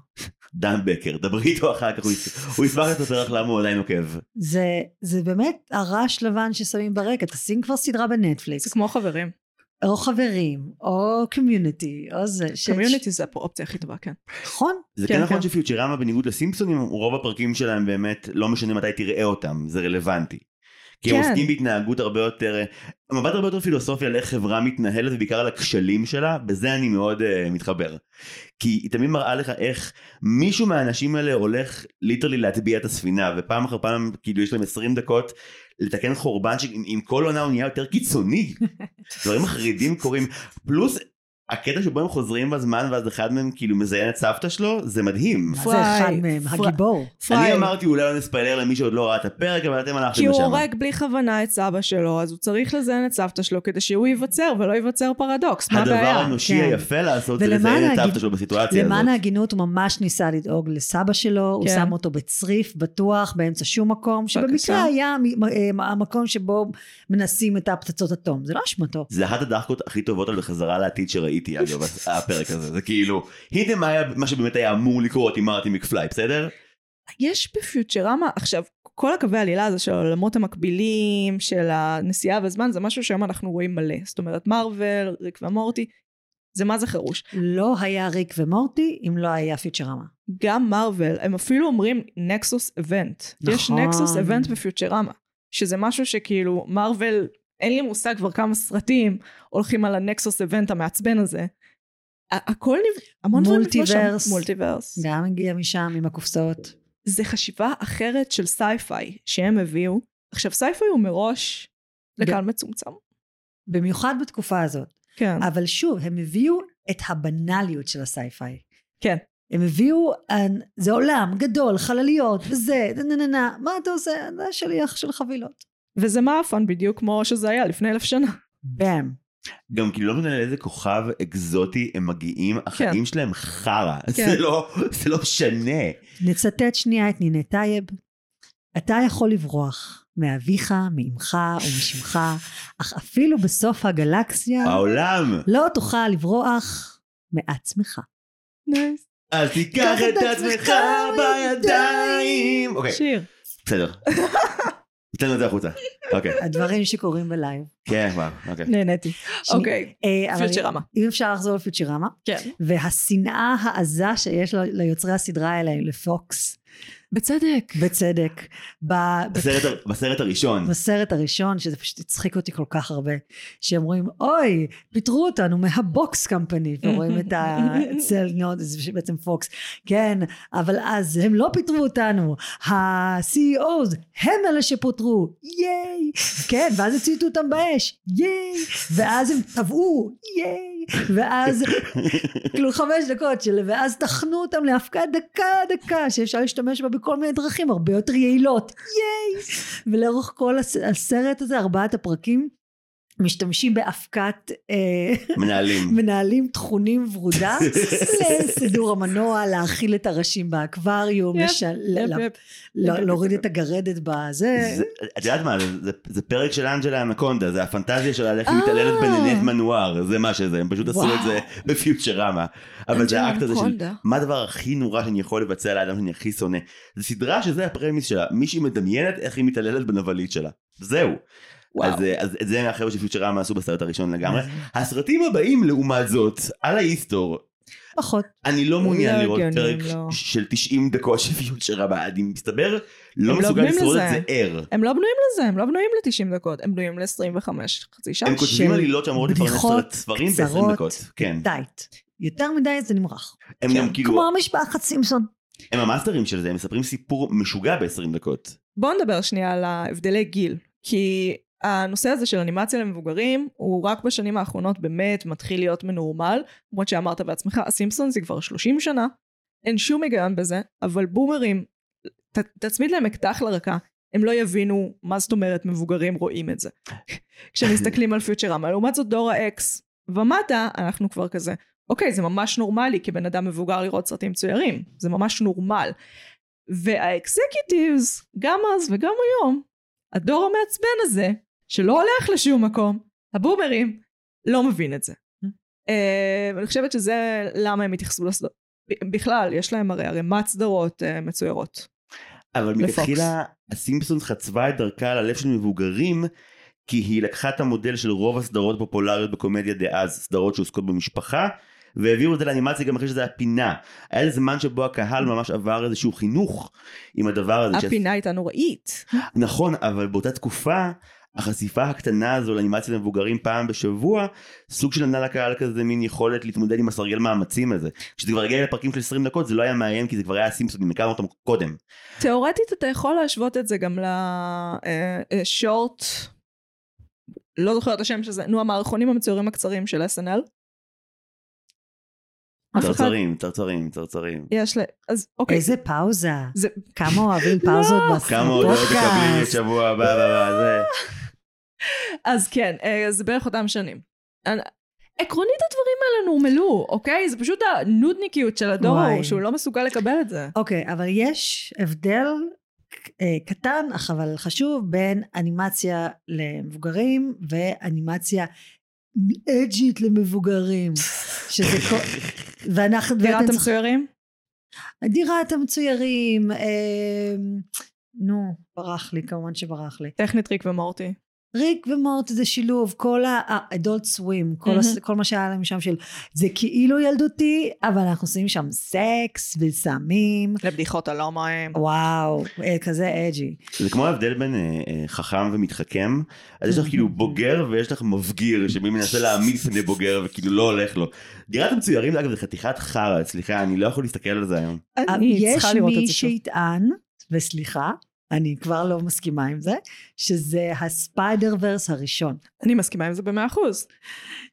דן בקר, דברי איתו אחר כך, הוא יס- הוא ישמח לספר לך למה הוא עדיין עוקב.
זה, זה באמת הרעש לבן ששמים ברקע, תשים כבר סדרה בנטפליקס,
זה כמו חברים.
או חברים, או קומיוניטי, או זה. ש-
קומיוניטי זה האופציה הכי טובה, כן.
נכון,
זה
כן,
כן נכון
כן.
שפיוטרמה בניגוד לסימפסונים, רוב הפרקים שלהם באמת, לא משנה מתי תראה אותם, זה רלוונטי. כי הם
כן.
עוסקים בהתנהגות הרבה יותר, מבט הרבה יותר פילוסופי על איך חברה מתנהלת ובעיקר על הכשלים שלה, בזה אני מאוד uh, מתחבר. כי היא תמיד מראה לך איך מישהו מהאנשים האלה הולך ליטרלי להטביע את הספינה, ופעם אחר פעם, כאילו יש להם 20 דקות לתקן חורבן שעם עם כל עונה הוא נהיה יותר קיצוני. דברים מחרידים קורים, פלוס הקטע שבו הם חוזרים בזמן ואז אחד מהם כאילו מזיין את סבתא שלו, זה מדהים.
מה זה
פריי,
אחד מהם,
פריי.
הגיבור.
אני אמרתי אולי לא נספיילר למי שעוד לא ראה את הפרק, אבל אתם הלכתם
כי הוא
לשם.
הורג בלי כוונה את סבא שלו, אז הוא צריך לזיין את סבתא שלו כדי שהוא ייווצר ולא ייווצר פרדוקס, מה
הדבר
הבעיה?
האנושי
כן.
היפה לעשות זה
ולמען
לזיין את
ההגיד-
סבתא שלו בסיטואציה
למען
הזאת.
ההגינות הוא ממש ניסה לדאוג לסבא שלו, הוא
כן.
שם אותו בצריף בטוח באמצע שום מקום, שבמקרה
בבקשה.
היה מ- מ- אה, המקום שבו מנסים את הפצצות אטום, זה לא אשמתו.
זה אחת הדחקות הכי טובות על חזרה לעתיד שראיתי אגב, הפרק הזה. זה כאילו, הנה מה היה- מה שבאמת היה אמור לקרות עם מרטי מקפליי, בסדר?
יש בפיוטרמה, עכשיו, כל הקווי העלילה הזה של העולמות המקבילים, של הנסיעה והזמן, זה משהו שהיום אנחנו רואים מלא. זאת אומרת, מארוול, ריק ומורטי, זה מה זה חרוש.
לא היה ריק ומורטי אם לא היה פיצ'רמה.
גם מארוול, הם אפילו אומרים נקסוס אבנט. יש
נכון.
נקסוס אבנט בפיוטרמה, שזה משהו שכאילו, מארוול, אין לי מושג כבר כמה סרטים הולכים על הנקסוס אבנט המעצבן הזה. ה- הכל נב... המון דברים נפגוש שם.
מולטיברס.
מולטיברס.
גם הגיע משם עם הקופסאות.
זה חשיבה אחרת של סייפיי שהם הביאו. עכשיו סייפיי הוא מראש לקהל מצומצם.
במיוחד בתקופה הזאת.
כן.
אבל שוב, הם הביאו את הבנאליות של הסייפיי.
כן.
הם הביאו, אנ- זה עולם גדול, חלליות, וזה, נה נה נה נה, מה אתה עושה? אתה שליח של חבילות.
וזה מאפן בדיוק כמו שזה היה לפני אלף שנה.
באם.
גם כאילו לא מבין לאיזה כוכב אקזוטי הם מגיעים, החיים שלהם חרא.
כן.
זה לא- זה לא משנה.
נצטט שנייה את נינה טייב. אתה יכול לברוח מאביך, מאמך ומשמך, אך אפילו בסוף הגלקסיה
העולם.
לא תוכל לברוח מעצמך.
נייס.
אז תיקח את עצמך בידיים. אוקיי,
שיר.
בסדר. תן את זה החוצה. אוקיי.
הדברים שקורים בלייב.
כן, וואו, אוקיי.
נהניתי.
שני-
אוקיי.
אה, אבל
פיוטרמה.
אם אפשר לחזור לפיוטרמה,
כן.
והשנאה העזה שיש ל- ליוצרי הסדרה האלה, לפוקס,
בצדק.
בצדק, ב-
בסרט הר- בסרט הראשון.
בסרט הראשון, שזה פשוט הצחיק אותי כל כך הרבה, שהם רואים, אוי, פיטרו אותנו מהבוקס קמפני, ורואים את הצלנות, זה בעצם פוקס, כן, אבל אז הם לא פיטרו אותנו, ה-CEOs הם אלה שפוטרו, ייי, כן, ואז הציתו אותם באש, ייי, ואז הם טבעו, ייי, ואז כאילו חמש דקות של, ואז טחנו אותם להפקה דקה דקה, שאפשר להשתמש בה בכל מיני דרכים הרבה יותר יעילות, ייי. ולאורך כל הס- הסרט הזה, ארבעת הפרקים, משתמשים בהפקת אה,
מנהלים.
מנהלים טחונים ורודה לסידור המנוע, להאכיל את הראשים באקווריום,
יפ,
לש- ל- ל- ל- להוריד את הגרדת בזה.
זה- את יודעת מה, זה- זה- זה פרק של אנג'לה אנקונדה, זה הפנטזיה שלה על איך היא
אה.
מתעללת בננט מנואר, זה מה שזה, הם פשוט עשו
וואו.
את זה בפיוטרמה. אבל זה
אנג'לה
האקט הזה של
אנקונדה.
מה הדבר הכי נורא שאני יכול לבצע לאדם שאני הכי שונא. זו סדרה שזה הפרמיס שלה, מישהי מדמיינת איך היא מתעללת בנבלית שלה. זהו.
וואו.
אז, אה, אז את זה החבר'ה של פיוטרמה עשו בסרט הראשון לגמרי. הסרטים הבאים לעומת זאת, על האיסטור,
פחות.
אני לא מעוניין
לא
לראות
הגיוני,
פרק
לא.
ש- של 90 דקות של פיוטרמה, אני מסתבר, לא
לא
מסוגל
בנויים
לשרוד את
לזה.
זה ער.
הם לא בנויים לזה, הם לא בנויים ל-90 דקות, הם בנויים ל-25 חצי שעה.
הם כותבים
של
עלילות שאמורות לפרנס
בדיחות
סרט- ספרים
קצרות,
ב-20 דקות. כן.
דייט. יותר מדי זה נמרח. כן.
הם גם
כמו
כאילו, אוקיי.
המשפחת סימפסון.
הם המאסטרים של זה, הם מספרים סיפור משוגע ב-20 דקות.
בואו נדבר שנייה על ההבדלי גיל, כי הנושא הזה של אנימציה למבוגרים הוא רק בשנים האחרונות באמת מתחיל להיות מנורמל, למרות שאמרת בעצמך, הסימפסון זה כבר 30 שנה, אין שום היגיון בזה, אבל בומרים ת, תצמיד להם אקדח לרקה, הם לא יבינו מה זאת אומרת מבוגרים רואים את זה. כשמסתכלים על פיוטרמה. לעומת זאת דור האקס ומטה, אנחנו כבר כזה, אוקיי, זה ממש נורמלי כבן אדם מבוגר לראות סרטים מצוירים, זה ממש נורמל. והאקזקיוטיבס, גם אז וגם היום, הדור המעצבן הזה, שלא הולך לשום מקום, הבומרים, לא מבין את זה. אה, אני חושבת שזה למה הם התייחסו לסדרות. בכלל, יש להם הרי ערימת סדרות אה, מצוירות.
אבל
לפוקס.
מלכתחילה הסימפסונס חצבה את דרכה ללב של מבוגרים כי היא לקחה את המודל של רוב הסדרות הפופולריות בקומדיה דאז, סדרות שעוסקות במשפחה והעבירו את זה לאנימציה גם אחרי שזה היה פינה. היה איזה זמן שבו הקהל ממש עבר איזשהו חינוך עם הדבר הזה.
הפינה הייתה נוראית.
נכון, אבל באותה תקופה, החשיפה הקטנה הזו לאנימציה למבוגרים פעם בשבוע, סוג של נתנה לקהל כזה מין יכולת להתמודד עם הסרגל מאמצים הזה. כשזה כבר הגיע לפרקים של 20 דקות זה לא היה מאיים כי זה כבר היה סימפסונים, הכרנו אותם קודם.
תאורטית אתה יכול להשוות את זה גם אה, לשורט, לא זוכרת את השם של זה, נו המערכונים המצוירים הקצרים של SNL. אף אחד-
צרצרים, צרצרים, צרצרים.
יש ל... אז אוקיי.
איזה פאוזה.
זה-
כמה אוהבים פאוזות
לא. כמה הודעות תקבלי
בפודקאסט.
בשבוע הבא, הבא, הבא, זה.
אז כן, אה, זה בערך אותם שנים. אני- עקרונית הדברים האלה נורמלו, אוקיי? זה פשוט הנודניקיות של הדור
וואי.
ההוא, שהוא לא מסוגל לקבל את זה.
אוקיי, אבל יש הבדל אה, קטן, אך אבל חשוב, בין אנימציה למבוגרים ואנימציה אג'ית למבוגרים. שזה כל... ואנחנו... ואתם
דירת
צריכים-
המצוירים?
דירת המצוירים, אה, נו, ברח לי, כמובן שברח לי.
טכנית ריק ומורטי.
ריק ומורט זה שילוב, כל ה-adult swim, כל, הס,
מהמם.
כל מה שהיה להם שם של זה כאילו ילדותי, אבל אנחנו עושים שם סקס וסמים,
לבדיחות הלא מהם.
וואו, אה, כזה אג'י.
זה כמו ההבדל בין אה, אה, חכם ומתחכם, אז יש לך כאילו בוגר ויש לך מבגיר שמי מנסה להעמיד פני בוגר וכאילו לא הולך לו. דירת המצוירים אגב זה חתיכת חרא, סליחה אני לא יכול להסתכל על זה היום.
אה, אני צריכה לראות את זה
יש מי
שוב.
שיטען, וסליחה, אני כבר לא מסכימה עם זה, שזה הספיידר ורס הראשון.
אני מסכימה עם זה במאה אחוז.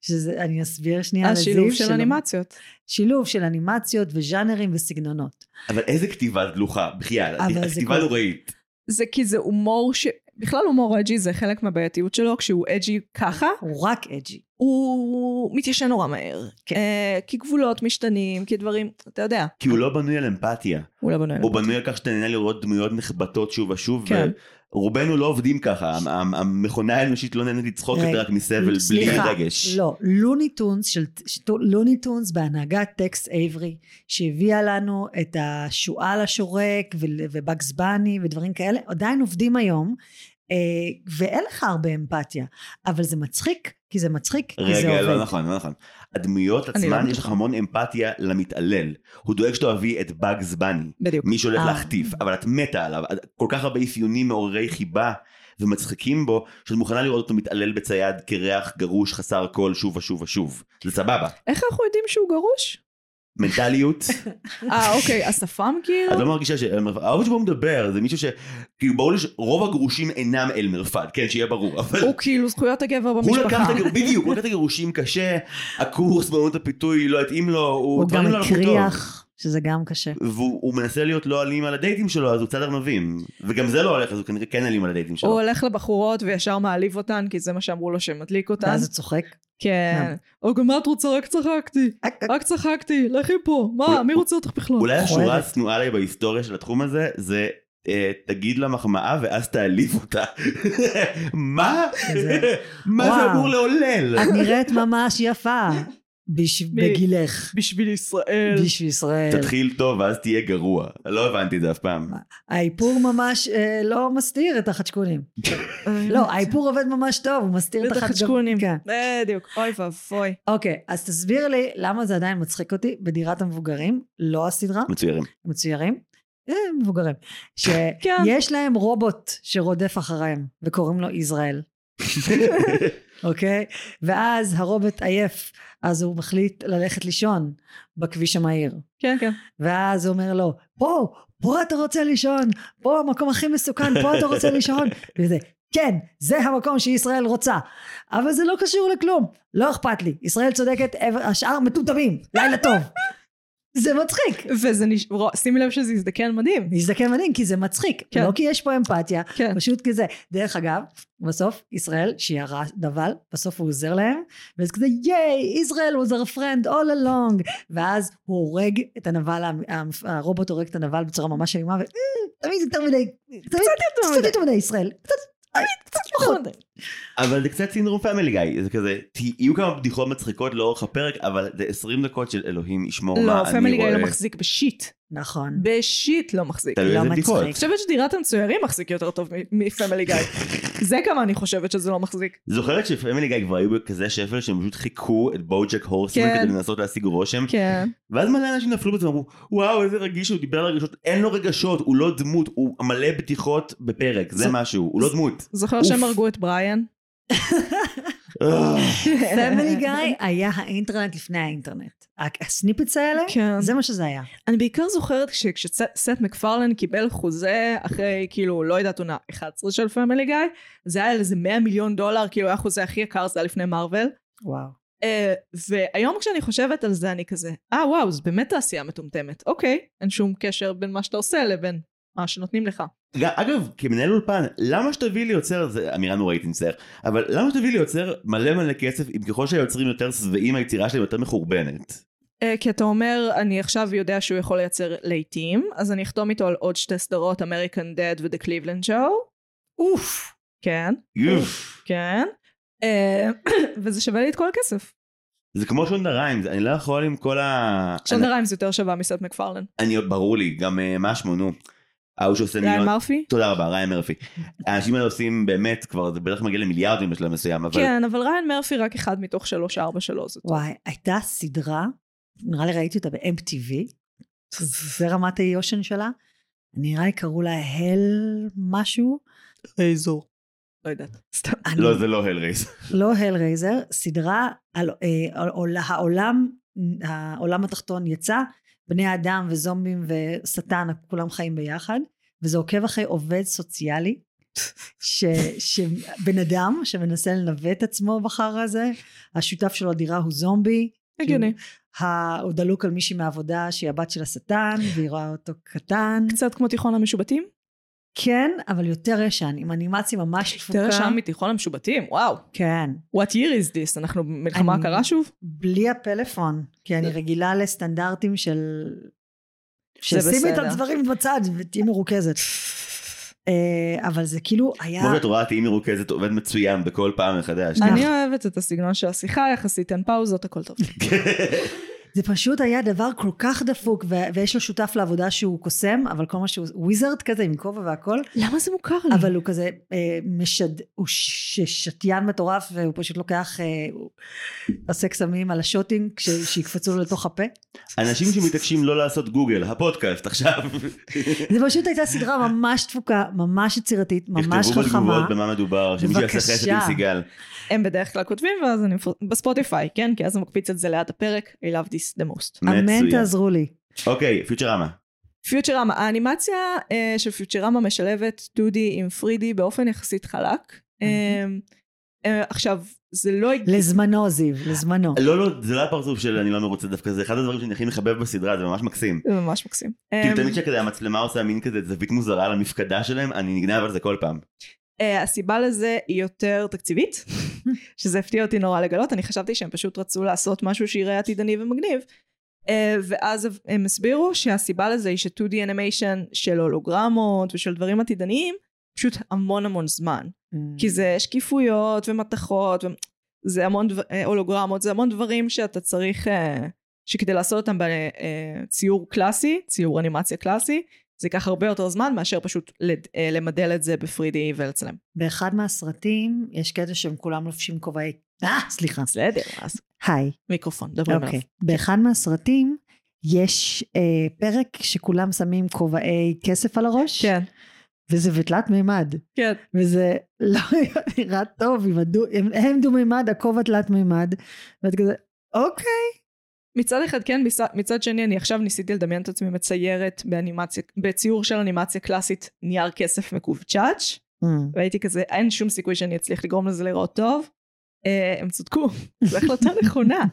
שזה, אני אסביר שנייה לזיו
השילוב של
שלא-
אנימציות.
שילוב של אנימציות וז'אנרים וסגנונות.
אבל איזה כתיבה דלוחה, בחייאת,
אבל זה
הכתיבה
כל-
נוראית.
זה כי זה הומור ש... בכלל הומור אג'י זה חלק מהבעייתיות שלו, כשהוא אג'י ככה,
הוא רק אג'י.
הוא מתיישן נורא מהר. כן. Uh, כי גבולות משתנים, כי דברים, אתה יודע,
כי הוא לא בנוי על אמפתיה,
הוא לא בנוי.
הוא בנוי על כך שאתה נהנה לראות דמויות נחבטות שוב ושוב,
כן.
ורובנו לא עובדים ככה, המ- המ- המכונה האנושית לא נהנית לצחוק
רגע,
יותר רק מסבל בלי
סליחה,
רגש.
לא, לוני טונס, של, שטו- לוני טונס בהנהגת טקס אייברי, שהביאה לנו את השועל השורק ול- ובגס בני ודברים כאלה, עדיין עובדים היום, אה, ואין לך הרבה אמפתיה, אבל זה מצחיק, כי זה מצחיק, כי זה
רגע,
עובד.
לא נכון, לא נכון. הדמויות
אני לא
עצמן, יש לך
בטוחה.
המון אמפתיה למתעלל. הוא דואג שתאהבי את באגז בני,
בדיוק.
מי שהולך
אה.
להחטיף, אבל את מתה עליו. את- כל כך הרבה אפיונים מעוררי חיבה ומצחיקים בו, שאת מוכנה לראות אותו מתעלל בצייד קרח, גרוש, חסר קול, שוב ושוב ושוב. זה סבבה.
איך אנחנו יודעים שהוא גרוש?
מנטליות,
אה, אוקיי, השפם כאילו?
את לא מרגישה שהאופן שבו הוא מדבר, זה מישהו ש... כאילו ברור לי שרוב הגרושים אינם אלמרפד, כן, שיהיה ברור, אבל...
הוא כאילו זכויות הגבר
הוא לקח את
במשפחה.
הגירושים, בדיוק, הוא לקח את הגירושים קשה, הקורס באומנות הפיתוי לא התאים לו, הוא
הוא גם
דברים לא הלכו טוב.
הקריח, שזה גם קשה.
והוא הוא מנסה להיות לא אלים על הדייטים שלו, אז הוא צד ארנבים. וגם זה לא הולך, אז הוא כנראה כן אלים על הדייטים שלו.
הוא הולך לבחורות וישר מעליב אותן, כי זה מה שאמרו לו שמדליק אותן.
ואז הוא צוחק.
כן. או גם מה את רוצה? רק צחקתי. רק צחקתי, לכי פה. מה,
אולי-
מי רוצה אותך בכלל?
אולי השורה
אוהבת.
השנואה עליי בהיסטוריה של התחום הזה, זה אה, תגיד לה מחמאה ואז תעליב אותה. מה?
זה-
מה זה
וואו.
אמור לעולל?
את נראית ממש יפה, בש- בגילך,
בשביל ישראל.
בשביל ישראל.
תתחיל טוב ואז תהיה גרוע. לא הבנתי את זה אף פעם.
האיפור ממש אה, לא מסתיר את החדשקונים.
אה,
לא, האיפור עובד ממש טוב, הוא מסתיר את
בטח
החדשק-
חדשקונים.
כן.
בדיוק. אוי ואבוי.
אוקיי, אז תסביר לי למה זה עדיין מצחיק אותי בדירת המבוגרים, לא הסדרה,
מצוירים.
מצוירים, אה, מבוגרים, שיש להם רובוט שרודף אחריהם וקוראים לו ישראל, אוקיי? ואז הרובוט עייף, אז הוא מחליט ללכת לישון בכביש המהיר.
כן, כן.
ואז הוא אומר לו, פה, פה אתה רוצה לישון, פה המקום הכי מסוכן, פה אתה רוצה לישון. וזה, כן, זה המקום שישראל רוצה. אבל זה לא קשור לכלום, לא אכפת לי. ישראל צודקת, אבל השאר מטומטמים, לילה טוב. זה מצחיק.
וזה נש... רוא- שימי לב שזה הזדקן מדהים.
להזדקן מדהים, כי זה מצחיק.
כן.
לא כי יש פה אמפתיה,
כן.
פשוט כי זה. דרך אגב, בסוף ישראל, שהיא הרע נבל, בסוף הוא עוזר להם, וזה כזה ייי, ישראל was our friend all along, ואז הוא הורג את הנבל, המ- הרובוט הורג את הנבל בצורה ממש איומה, ו- "אה, תמיד זה יותר מדי, תמיד- קצת יותר מדי ישראל, קצת, אה, קצת
נכון.
פחות.
אבל זה קצת סינדרום פמילי גיא, זה כזה, ת- יהיו כמה בדיחות מצחיקות לאורך הפרק, אבל זה 20 דקות של אלוהים ישמור מה אני
לא,
רואה.
פמילי גיא לא מחזיק בשיט.
נכון.
בשיט לא מחזיק.
תלוי
לא
איזה בדיחות.
אני חושבת שדירת המצוירים מחזיק יותר טוב מ- מפמילי גיא. זה כמה אני חושבת שזה לא מחזיק.
זוכרת שפמילי גיא כבר היו בכזה שפל שהם פשוט חיכו את בוג'ק הורסמן
כן.
כדי לנסות להשיג רושם,
כן.
ואז מלא אנשים נפלו בזה ואמרו, וואו איזה רגיש הוא דיבר על רגשות, אין לו רגשות, הוא לא דמות, הוא מלא בדיחות בפרק, זה
זו-
משהו, הוא לא דמות.
זוכר
אוף.
שהם הרגו את בריאן?
אה,
פמילי גיא היה האינטרנט לפני האינטרנט. הסניפץ האלה,
כן.
זה מה שזה היה.
אני בעיקר זוכרת שכשסט מקפרלן קיבל חוזה אחרי כאילו לא יודעת עונה 11 של פמילי גיא זה היה איזה 100 מיליון דולר כאילו היה החוזה הכי יקר זה היה לפני מארוול
וואו.
אה, והיום כשאני חושבת על זה אני כזה אה וואו זה באמת תעשייה מטומטמת אוקיי אין שום קשר בין מה שאתה עושה לבין מה שנותנים לך
ג- אגב, כמנהל אולפן, למה שתביא לי יוצר, זה אמירה נוראית אני מצטער, אבל למה שתביא לי יוצר מלא מלא כסף, אם ככל שהיוצרים יותר שבעים היצירה שלהם יותר מחורבנת?
אה, כי אתה אומר, אני עכשיו יודע שהוא יכול לייצר להיטים, אז אני אחתום איתו על עוד שתי סדרות, American Dead ו-The Cleveland Show. אוף. כן,
יוף.
כן. אה, וזה שווה לי את כל הכסף.
זה כמו שונדה ריימס, אני לא יכול עם כל ה...
שונדה ריימס יותר שווה מסט מקפרלן.
אני, אני- ברור לי, גם אה, מה שמו, נו. ההוא שעושה
ריין
מיליון...
מרפי?
תודה רבה, ריין מרפי. האנשים האלה עושים באמת, כבר זה בטח מגיע למיליארדים בשלב מסוים, אבל...
כן, אבל ריין מרפי רק אחד מתוך שלוש-ארבע שלו זה טוב.
וואי, הייתה סדרה, נראה לי ראיתי אותה ב-MTV, זה רמת היושן שלה, נראה לי קראו לה הל משהו,
אייזור. לא יודעת. סתם.
אני,
לא, זה לא הלרייס.
לא הל רייזר, סדרה על אה, על- על העולם, העולם התחתון יצא, בני האדם וזומבים ושטן, כולם חיים ביחד, וזה עוקב אחרי עובד סוציאלי. ש- שבן אדם שמנסה לנווט עצמו בחר הזה, השותף שלו לדירה הוא זומבי,
הגיוני.
ה- הוא דלוק על מישהי מהעבודה שהיא הבת של השטן והיא רואה אותו קטן.
קצת כמו תיכון המשובטים?
כן, אבל יותר ישן, עם אנימציה ממש תפוקה.
תראה שם מתיכון המשובטים, וואו.
כן,
What year is this? אנחנו במלחמה
אני-
קרה שוב?
בלי הפלאפון, כי אני רגילה לסטנדרטים של...
זה
ששימי את
בסדר.
הדברים בצד ותהיי מרוכזת. אה, אבל זה כאילו היה...
כמו שאת רואה, תהיי מרוכזת, עובד מצוין בכל פעם מחדש.
נכון.
אני אוהבת את הסגנון של השיחה, יחסית אין פאוזות, הכל טוב.
זה פשוט היה דבר כל כך דפוק, ו- ויש לו שותף לעבודה שהוא קוסם, אבל כל מה שהוא... וויזרד כזה עם כובע והכל,
למה זה מוכר לי?
אבל הוא כזה אה, משד... הוא ש- שתיין מטורף והוא פשוט לוקח, אה, הוא עושה קסמים על השוטינג כש- שיקפצו לו לתוך הפה.
אנשים שמתעקשים לא לעשות גוגל, הפודקאסט עכשיו.
זה פשוט הייתה סדרה ממש תפוקה, ממש יצירתית, ממש
יכתבו
חכמה.
בתגובות במה מדובר, שמישהו יעשה
בבקשה.
חסד עם סיגל.
הם בדרך כלל כותבים ואז אני מפר- בספוטיפיי, כן? כי אז הוא מקפיץ את זה ליד הפרק, I love this the most.
אמן
מצוין.
תעזרו לי.
אוקיי, פיוטרמה.
פיוטרמה, האנימציה אה, של פיוטרמה משלבת 2D עם 3D באופן יחסית חלק. אה, אה, עכשיו, זה לא... הג-
לזמנו זיו, לזמנו.
לא, לא, זה לא הפרצוף של אני לא מרוצה דווקא, זה אחד הדברים שאני הכי מחבב בסדרה, זה ממש
אמ-
מקסים.
זה ממש מקסים.
כאילו
אה,
תמיד שכזה המצלמה עושה מין כזה זווית מוזרה על המפקדה שלהם, אני נגנב על זה כל פעם.
אה, הסיבה לזה היא יותר תקציבית, שזה הפתיע אותי נורא לגלות, אני חשבתי שהם פשוט רצו לעשות משהו שיראה עתידני ומגניב. אה, ואז הם הסבירו שהסיבה לזה היא ש-2D אנימיישן של הולוגרמות ושל דברים עתידניים, פשוט המון המון זמן.
Mm.
כי זה שקיפויות ומתכות, ו- זה המון דבר, אה, הולוגרמות, זה המון דברים שאתה צריך, אה, שכדי לעשות אותם בציור קלאסי, ציור אנימציה קלאסי, זה ייקח הרבה יותר זמן מאשר פשוט לד- אה, למדל את זה ב-3D ולצלם.
באחד מהסרטים יש קטע שהם כולם לובשים כובעי... אה, סליחה.
בסדר, אז
היי,
מיקרופון, דברי
אוקיי. באחד מהסרטים יש אה, פרק שכולם שמים כובעי כסף על הראש,
כן,
וזה בתלת מימד.
כן.
וזה לא היה נראה טוב, עם הדו, הם, הם דו מימד, הכובע תלת מימד, ואת כזה, אוקיי.
מצד אחד כן, מצ- מצד שני אני עכשיו ניסיתי לדמיין את עצמי מציירת באנימציה, בציור של אנימציה קלאסית נייר כסף מקובצ'אץ',
Mm.
והייתי כזה, אין שום סיכוי שאני אצליח לגרום לזה להיראות טוב. אה, הם צדקו, זו החלטה נכונה.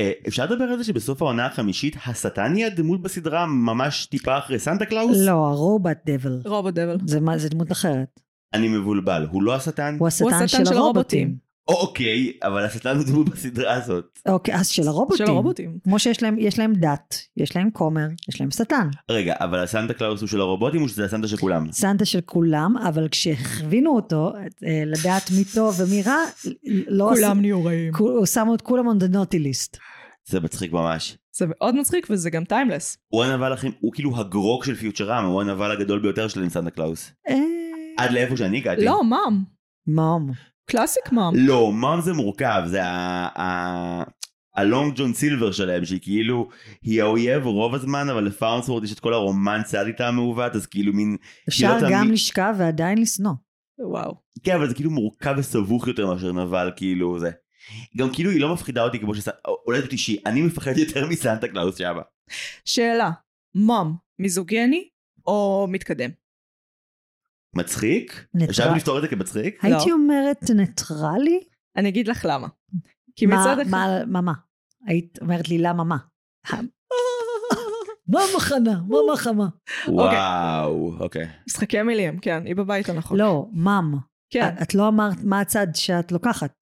אה, אפשר לדבר על זה שבסוף העונה החמישית השטן היא הדמות בסדרה ממש טיפה אחרי סנטה קלאוס?
לא, הרובוט דבל.
רובו דבל.
זה מה- זה דמות אחרת.
אני מבולבל, הוא לא השטן?
Mm. הוא השטן של הרובוטים.
אוקיי, אבל השטן הוא דמות בסדרה הזאת.
אוקיי, אז של הרובוטים.
של הרובוטים.
כמו שיש להם, יש להם דת, יש להם כומר, יש להם שטן.
רגע, אבל הסנטה קלאוס הוא של הרובוטים או שזה הסנטה של כולם?
סנטה של כולם, אבל כשהכווינו אותו, אה, לדעת מי טוב ומי רע, לא
כולם
עשו-
נהיו רעים.
כו- הוא שמו את כולם on the naughty list.
זה מצחיק ממש.
זה מאוד מצחיק וזה גם טיימלס.
הוא הנבל הכי, הוא כאילו הגרוק של פיוטרם, הוא הנבל הגדול ביותר שלהם סנטה קלאוס.
אה,
עד לאיפה שאני הגעתי.
לא, מאם.
מום.
קלאסיק מאם.
לא, מאם זה מורכב, זה הלונג ג'ון סילבר שלהם, שהיא כאילו, היא האויב רוב הזמן, אבל לפארנסוורד יש את כל הרומנס עד איתה המעוות, אז כאילו מין,
אפשר
לא
גם
תמיד-
לשכב ועדיין לשנוא.
וואו.
כן, אבל זה כאילו מורכב וסבוך יותר מאשר נבל, כאילו זה. גם כאילו היא לא מפחידה אותי כמו שסנטה, אולי זאת אישי, אני מפחד יותר מסנטה קלאוס שמה.
שאלה, מאם, מיזוגני או מתקדם?
מצחיק?
נטרל.
אפשר לפתור את זה כמצחיק?
הייתי
לא.
אומרת ניטרלי?
אני אגיד לך למה. כי
מה-
מצד אחד...
מה- מה מה? היית אומרת לי למה מה? מה מחנה? מה מחמה?
אוקיי. וואו, אוקיי.
משחקי מילים, כן, היא בבית הנכון.
לא, מם.
כן,
את- את לא אמרת מה הצד שאת לוקחת.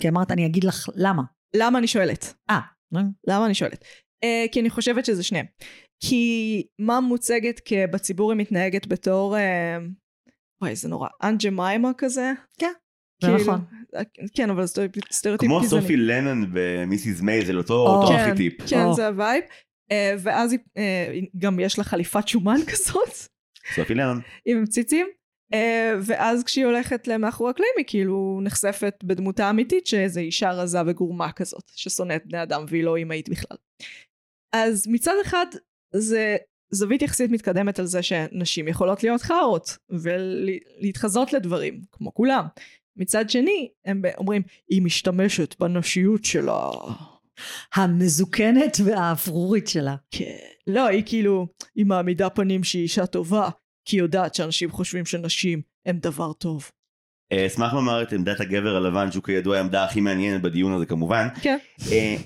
כי אמרת אני אגיד לך למה.
למה אני שואלת?
אה, נו.
למה אני שואלת? אה, כי אני חושבת שזה שניהם. כי מה מוצגת כבציבור היא מתנהגת בתור... אה, וואי, זה נורא. אנג'מיימה כזה?
כן, זה
כאילו-
נכון.
כן, אבל זה סטריאוטיפ
כמו
גזעני.
סופי לנן במיסיס מייז, זה אותו
או.
אותו
כן.
ארכיטיפ.
כן,
או.
זה הווייב. אה, ואז היא- אה, היא- גם יש לה חליפת שומן כזאת,
סופי לנן.
עם ציצים. אה, ואז כשהיא הולכת למאחורי הקלעים היא כאילו נחשפת בדמותה האמיתית שאיזו אישה רזה וגרומה כזאת, ששונאת בני אדם והיא לא אימהית בכלל. אז מצד אחד זה זווית יחסית מתקדמת על זה שנשים יכולות להיות חארות ולהתחזות לדברים, כמו כולם. מצד שני, הם ב- אומרים, היא משתמשת בנשיות שלה.
המזוקנת והאפרורית שלה.
כן. לא, היא כאילו, היא מעמידה פנים שהיא אישה טובה, כי היא יודעת שאנשים חושבים שנשים הם דבר טוב.
אה, אשמח לומר את עמדת הגבר הלבן, שהוא כידוע העמדה הכי מעניינת בדיון הזה כמובן.
כן.
אה,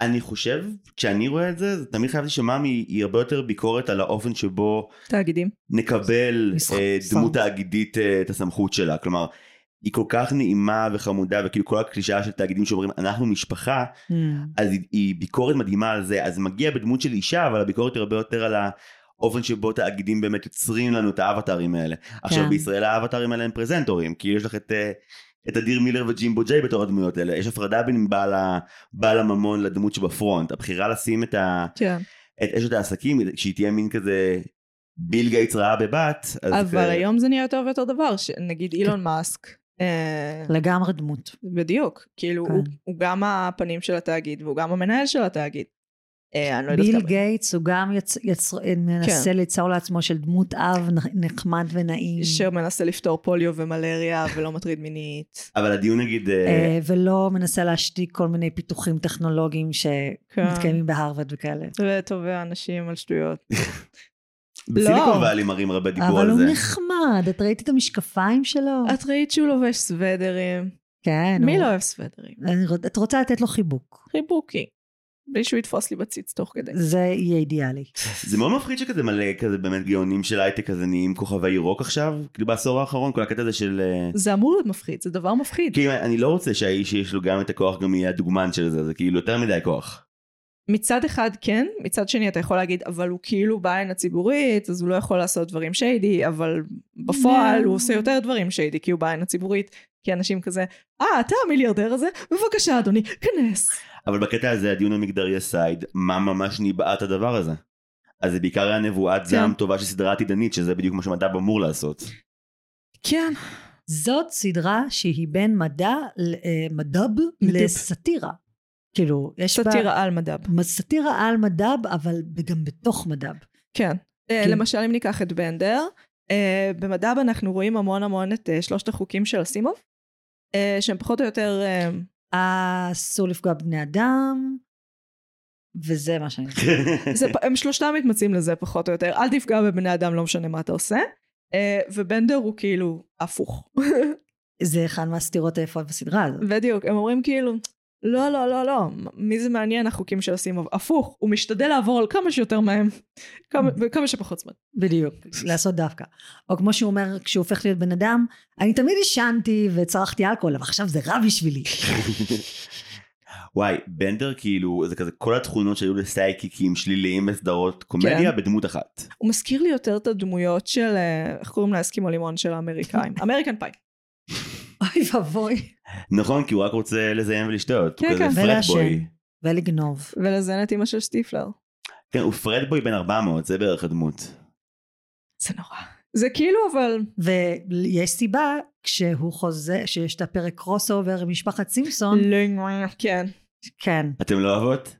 אני חושב, כשאני רואה את זה, זה תמיד חייב להישמע מ- היא הרבה יותר ביקורת על האופן שבו
תאגידים.
נקבל
משח-
אה,
שם.
דמות תאגידית אה, את הסמכות שלה. כלומר, היא כל כך נעימה וחמודה, וכאילו כל הקלישאה של תאגידים שאומרים, אנחנו משפחה, אז היא, היא ביקורת מדהימה על זה, אז מגיע בדמות של אישה, אבל הביקורת היא הרבה יותר על האופן שבו תאגידים באמת יוצרים לנו את האבטרים האלה. כן. עכשיו בישראל האבטרים האלה הם פרזנטורים, כי יש לך את, אה, את אדיר מילר וג'ימבו ג'יי בתור הדמויות האלה, יש הפרדה בין בעל, ה, בעל הממון לדמות שבפרונט, הבחירה לשים את, ה,
כן.
את אשת העסקים, שהיא תהיה מין כזה ביל גייטס רעה בבת, אז
אבל
אה,
כ-
היום זה נהיה יותר ויותר דבר, ש- נגיד
כן.
אילון מאסק. אה,
לגמרי דמות.
בדיוק. כאילו,
כן.
הוא- הוא גם הפנים של התאגיד, והוא גם המנהל של התאגיד. אה, אני לא יודעת
ביל
כמה.
גייטס הוא גם יצ... יצר... מנסה
כן.
ליצור לעצמו של דמות אב נ- נחמד ונעים,
שמנסה לפתור פוליו ומלריה ולא מטריד מינית.
אבל הדיון נגיד, אה,
אה, ולא מנסה להשתיק כל מיני פיתוחים טכנולוגיים
כן.
שמתקיימים בהרווארד וכאלה.
ותובע אנשים על שטויות.
בסיליקון
לא.
ואלי מראים הרבה דיבור
אבל
על
הוא
זה.
נחמד, את ראית את המשקפיים שלו?
את ראית שהוא לובש סוודרים.
כן.
אה, מי
הוא-
לא אוהב סוודרים?
אני רוצ- את רוצה לתת לו חיבוק.
חיבוקי. בלי שהוא יתפוס לי בציץ תוך כדי.
זה יהיה אידיאלי.
זה מאוד מפחיד שכזה מלא כזה באמת גאונים של הייטק כזה נהיים כוכבי ירוק עכשיו כאילו בעשור האחרון כל הקטע הזה של אה,
זה אמור להיות מפחיד, זה דבר מפחיד.
כאילו אני לא רוצה שהאיש שיש לו גם את הכוח גם יהיה הדוגמן של זה זה כאילו יותר מדי כוח.
מצד אחד כן, מצד שני אתה יכול להגיד, אבל הוא כאילו בעין הציבורית, אז הוא לא יכול לעשות דברים שיידי, אבל בפועל
לא.
הוא עושה יותר דברים שיידי, כי הוא בעין הציבורית, כי אנשים כזה, אה, אתה המיליארדר הזה? בבקשה אדוני, כנס.
אבל בקטע הזה הדיון המגדרי הסייד מה ממש ניבא את הדבר הזה. אז זה בעיקר היה נבואת זעם טובה של סדרה עתידנית שזה בדיוק מה שמדע אמור לעשות.
כן.
זאת סדרה שהיא בין מדע, ל- אה, מדב
מדב.
לסאטירה. כאילו, יש בה...
סאטירה על מדב.
סאטירה על מדב, אבל גם בתוך מדב.
כן. אה,
כן.
למשל אם ניקח את בנדר, אה, במדב אנחנו רואים המון המון את אה, שלושת החוקים של אסימוב, אה, שהם פחות או יותר... אה,
אסור לפגוע בבני אדם, וזה מה שאני...
זה, פ- הם שלושתם מתמצאים לזה פחות או יותר. אל תפגע בבני אדם, לא משנה מה אתה עושה. אה, ובנדר הוא כאילו הפוך.
זה אחד מהסתירות היפות בסדרה הזאת.
בדיוק, הם אומרים כאילו, לא, לא, לא, לא, מי זה מעניין החוקים של אסימוב? הפוך, הוא משתדל לעבור על כמה שיותר מהם, כמה- וכמה שפחות זמן.
בדיוק, לעשות דווקא. או כמו שהוא אומר, כשהוא הופך להיות בן אדם, אני תמיד עישנתי וצרחתי אלכוהול, אבל עכשיו זה רע בשבילי.
וואי, בנדר כאילו, זה כזה כל התכונות שהיו לסייקיקים שליליים בסדרות קומדיה
כן.
בדמות אחת.
הוא מזכיר לי יותר את הדמויות של, אה, איך קוראים לאסקימו לימון של האמריקאים? אמריקן פאי.
אוי ואבוי.
נכון, כי הוא רק רוצה לזיין ולשתות. הוא
כן,
כזה
כן.
פרד
ולעשן.
בוי.
ולגנוב.
ולזן את אימא של סטיפלר.
כן, הוא פרד בוי בן 400, זה בערך הדמות.
זה נורא. זה כאילו, אבל...
ויש סיבה, כשהוא חוזה, שיש את הפרק קרוס אובר עם משפחת סימפסון,
אה? כן.
כן. אה,
אתם לא אוהבות?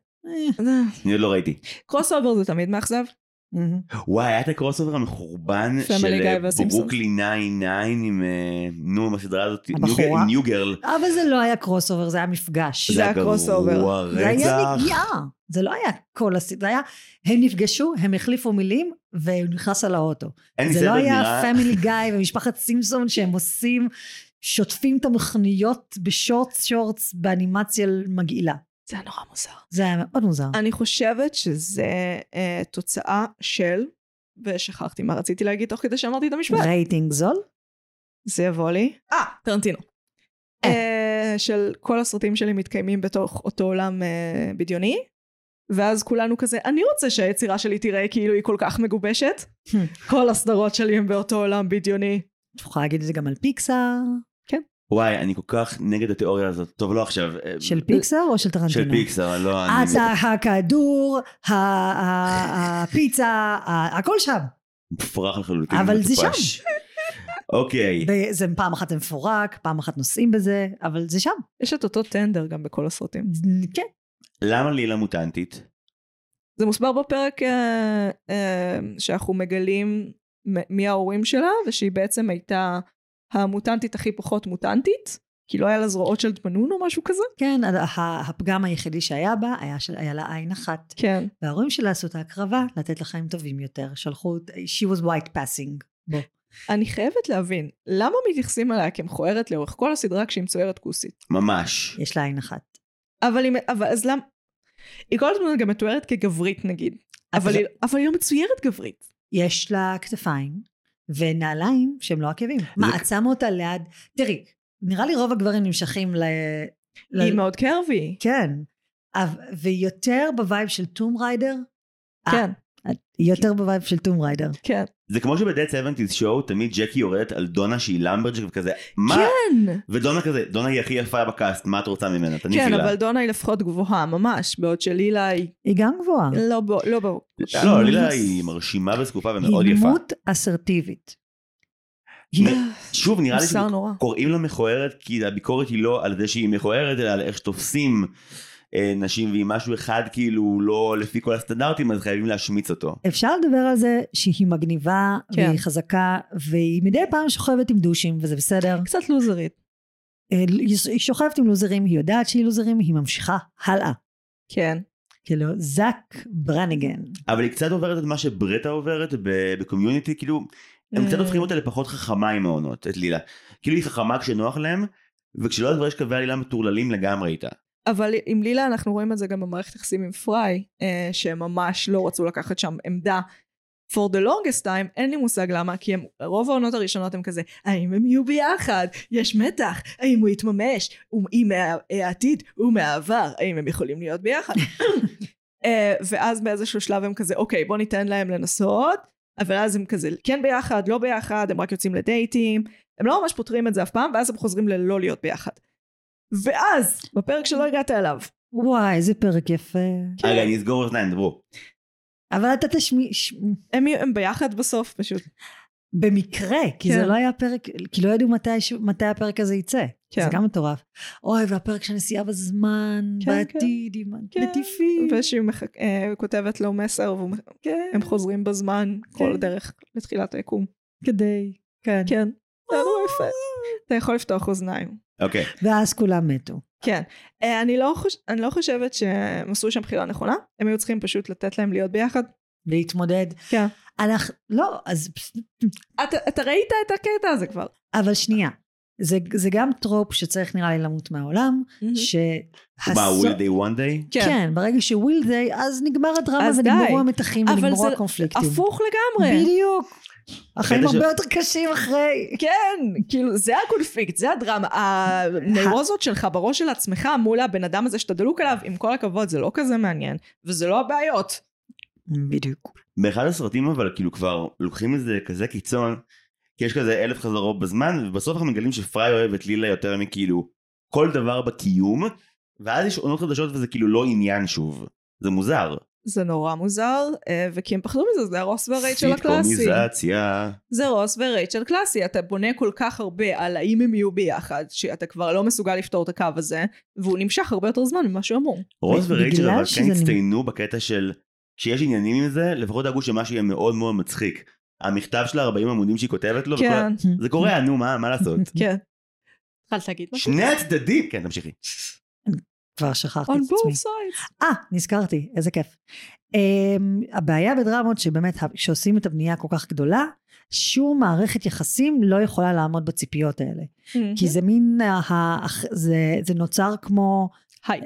אני עוד לא ראיתי.
קרוס אובר זה תמיד מאכזב.
מהמם.
וואי, היה את הקרוס אובר המחורבן
Family
של
Guy
אה,
והסימפסונס.
ברוקלי 99 עם, אה, נו, עם הסדרה הזאת,
הבחורה?
ניו גרל.
אבל זה לא היה קרוס אובר, זה היה מפגש.
זה היה קרוס אובר.
זה היה
רצח.
נגיעה. זה לא היה כל הסיט, זה היה, הם נפגשו, הם החליפו מילים, והוא נכנס על האוטו.
אין לי
זה לא
סבל,
היה
נראה-
פמילי גיא ומשפחת סימפסון שהם עושים, שוטפים את המכוניות בשורטס שורטס באנימציה מגעילה.
זה היה נורא מוזר.
זה היה מאוד מוזר.
אני חושבת שזה אה, תוצאה של, ושכחתי מה רציתי להגיד תוך כדי שאמרתי את המשפט.
רייטינג זול?
זה יבוא לי. אה, טרנטינו.
אה.
אה, של כל הסרטים שלי מתקיימים בתוך אותו עולם אה, בדיוני. ואז כולנו כזה, אני רוצה שהיצירה שלי תיראה כאילו היא כל כך מגובשת. כל הסדרות שלי הם באותו עולם בדיוני.
את יכולה להגיד את זה גם על פיקסאר?
וואי, אני כל כך נגד התיאוריה הזאת. טוב, לא עכשיו. אה,
של אה, פיקסאר או של
של
טרנטינו?
פיקסר, לא אני...
אז הכדור, ה- ה- הפיצה, ה- הכל שם.
מופרך לחלוטין.
אבל זה
מטופש. אוקיי.
ב- זה פעם אחת זה מפורק, פעם אחת נוסעים בזה, אבל זה שם.
יש את אותו טנדר גם בכל הסרטים.
כן.
למה לילה מוטנטית?
זה מוסבר בפרק אה, אה, שאנחנו מגלים מ- מי ההורים שלה, ושהיא בעצם הייתה המוטנטית הכי פחות מוטנטית, כי לא היה לה זרועות של דמנון או משהו כזה.
כן, ה- ה- הפגם היחידי שהיה בה היה של- היה לה עין אחת.
כן.
וההורים שלה עשו את ההקרבה לתת לה חיים טובים יותר. שלחו, את- she was white passing. בוא.
אני חייבת להבין, למה מתייחסים אליה כמכוערת לאורך כל הסדרה כשהיא מצוירת כוסית?
ממש.
יש לה עין אחת.
אבל היא, מ- אבל אז למה? היא כל הזמן גם מתוארת כגברית נגיד, אבל,
אבל
היא, אבל היא לא מצוירת גברית.
יש לה כתפיים ונעליים שהם לא עקבים. מה, את שמה אותה ליד... תראי, נראה לי רוב הגברים נמשכים ל...
לא,
ל-
היא מאוד קרבי.
כן. אב- ויותר בווייב של טום ריידר.
אה.
כן,
יותר בווייב של טום ריידר.
כן.
זה כמו שבדד 70's שואו תמיד ג'קי יורדת על דונה שהיא למברג'ק וכזה מה?
כן.
ודונה כזה, דונה היא הכי יפה בקאסט, מה את רוצה ממנה? תניחי
כן,
לה.
אבל דונה היא לפחות גבוהה ממש, בעוד שלילה היא
היא גם גבוהה.
לא בו, לא בו.
אה. לא, לילה היא מרשימה וזקופה ומאוד
היא
יפה.
דמות אסרטיבית.
שוב, נראה לי
מוסר נורא.
שקוראים לה מכוערת כי הביקורת היא לא על זה שהיא מכוערת, אלא על איך שתופסים אה, נשים, ואם משהו אחד כאילו לא לפי כל הסטנדרטים, אז חייבים להשמיץ אותו.
אפשר לדבר על זה שהיא מגניבה,
כן.
והיא חזקה, והיא מדי פעם שוכבת עם דושים, וזה בסדר.
קצת לוזרית.
אה, היא שוכבת עם לוזרים, היא יודעת שהיא לוזרים, היא ממשיכה הלאה.
כן.
כאילו, זאק ברניגן.
אבל היא קצת עוברת את מה שברטה עוברת ב- בקומיוניטי, כאילו, הם
אה.
קצת הופכים אותה לפחות חכמה עם העונות, את לילה. כאילו היא חכמה כשנוח להם, וכשלא אז כבר יש קווי עלילה מטורללים לגמרי איתה.
אבל עם לילה אנחנו רואים את זה גם במערכת יחסים עם פריי, אה, שהם ממש לא רצו לקחת שם עמדה. for the longest time, אין לי מושג למה, כי הם, רוב העונות הראשונות הם כזה, האם הם יהיו ביחד? יש מתח, האם הוא יתממש? הוא- היא מהעתיד, הוא מהעבר, האם הם יכולים להיות ביחד? אה, ואז באיזשהו שלב הם כזה, אוקיי, בוא ניתן להם לנסות, אבל אז הם כזה, כן ביחד, לא ביחד, הם רק יוצאים לדייטים, הם לא ממש פותרים את זה אף פעם, ואז הם חוזרים ללא להיות ביחד. ואז, בפרק שלא הגעת אליו,
וואי, איזה פרק יפה.
כן.
רגע, אני אסגור אוזניים, דברו.
אבל אתה תשמיש...
הם, יהיו- הם ביחד בסוף פשוט.
במקרה, כי
כן.
זה לא היה פרק, כי לא ידעו מתי, ש- מתי הפרק הזה יצא.
כן.
זה גם מטורף. אוי, והפרק של הנסיעה בזמן,
כן,
בעתיד, עם
כן.
הנטיפים.
ושהיא מח... אה, כותבת לו מסר, והם
כן.
חוזרים בזמן כל הדרך לתחילת היקום.
כדי. כן.
כן. זה נורא יפה. אתה יכול לפתוח אוזניים.
אוקיי.
ואז כולם מתו.
כן. אה, אני לא, חוש... אני לא חושבת שהם עשו שם בחירה נכונה, הם היו צריכים פשוט לתת להם להיות ביחד.
להתמודד.
כן.
אנחנו, לא, אז,
אתה, אתה ראית את הקטע הזה כבר.
אבל שנייה, זה, זה גם טרופ שצריך נראה לי למות מהעולם, שהסוף...
מה, will they one day?
כן. כן, ברגע שוויל דיי, אז נגמר הדרמה
אז די.
ונגמרו המתחים
אבל
ונגמרו
זה
הקונפליקטים.
הפוך לגמרי.
בדיוק. החיים
קטע ש-
הרבה יותר קשים אחרי.
כן, כאילו זה הקונפליקט, זה הדרמה. הנאירוזות שלך בראש של עצמך מול הבן אדם הזה שאתה דלוק עליו, עם כל הכבוד, זה לא כזה מעניין. וזה לא הבעיות.
בדיוק.
באחד הסרטים אבל כאילו כבר לוקחים את זה כזה קיצון, כי יש כזה אלף חזרות בזמן, ובסוף אנחנו מגלים שפריי אוהב את לילה יותר מכאילו כל דבר בקיום, ואז יש עונות חדשות וזה כאילו לא עניין שוב. זה מוזר.
זה נורא מוזר, אה, וכי הם פחדו מזה, זה הרוס והרייצ'ל הקלאסי.
סיטקומיזציה.
זה רוס ורייצ'ל קלאסי, אתה בונה כל כך הרבה על האם הם יהיו ביחד, שאתה כבר לא מסוגל לפתור את הקו הזה, והוא נמשך הרבה יותר זמן ממה שאמור.
רוס
בגלל
ורייצ'ל אבל
שזה
כן
נ-
הצטיינו בקטע של כשיש עניינים עם זה, לפחות דאגו שמשהו יהיה מאוד מאוד מצחיק. המכתב של 40 עמודים שהיא כותבת לו,
כן,
וכל- זה קורה, נו מה, מה לעשות?
כן. התחלת להגיד משהו?
שני הצדדים, כן תמשיכי.
כבר שכחתי
On
את עצמי.
both sides.
אה, נזכרתי, איזה כיף. אמ, הבעיה בדרמות שבאמת, ה- כשעושים את הבנייה כל כך גדולה, שום מערכת יחסים לא יכולה לעמוד בציפיות האלה.
Mm-hmm.
כי זה מין, ה- ה- זה, זה נוצר כמו,
הייפ.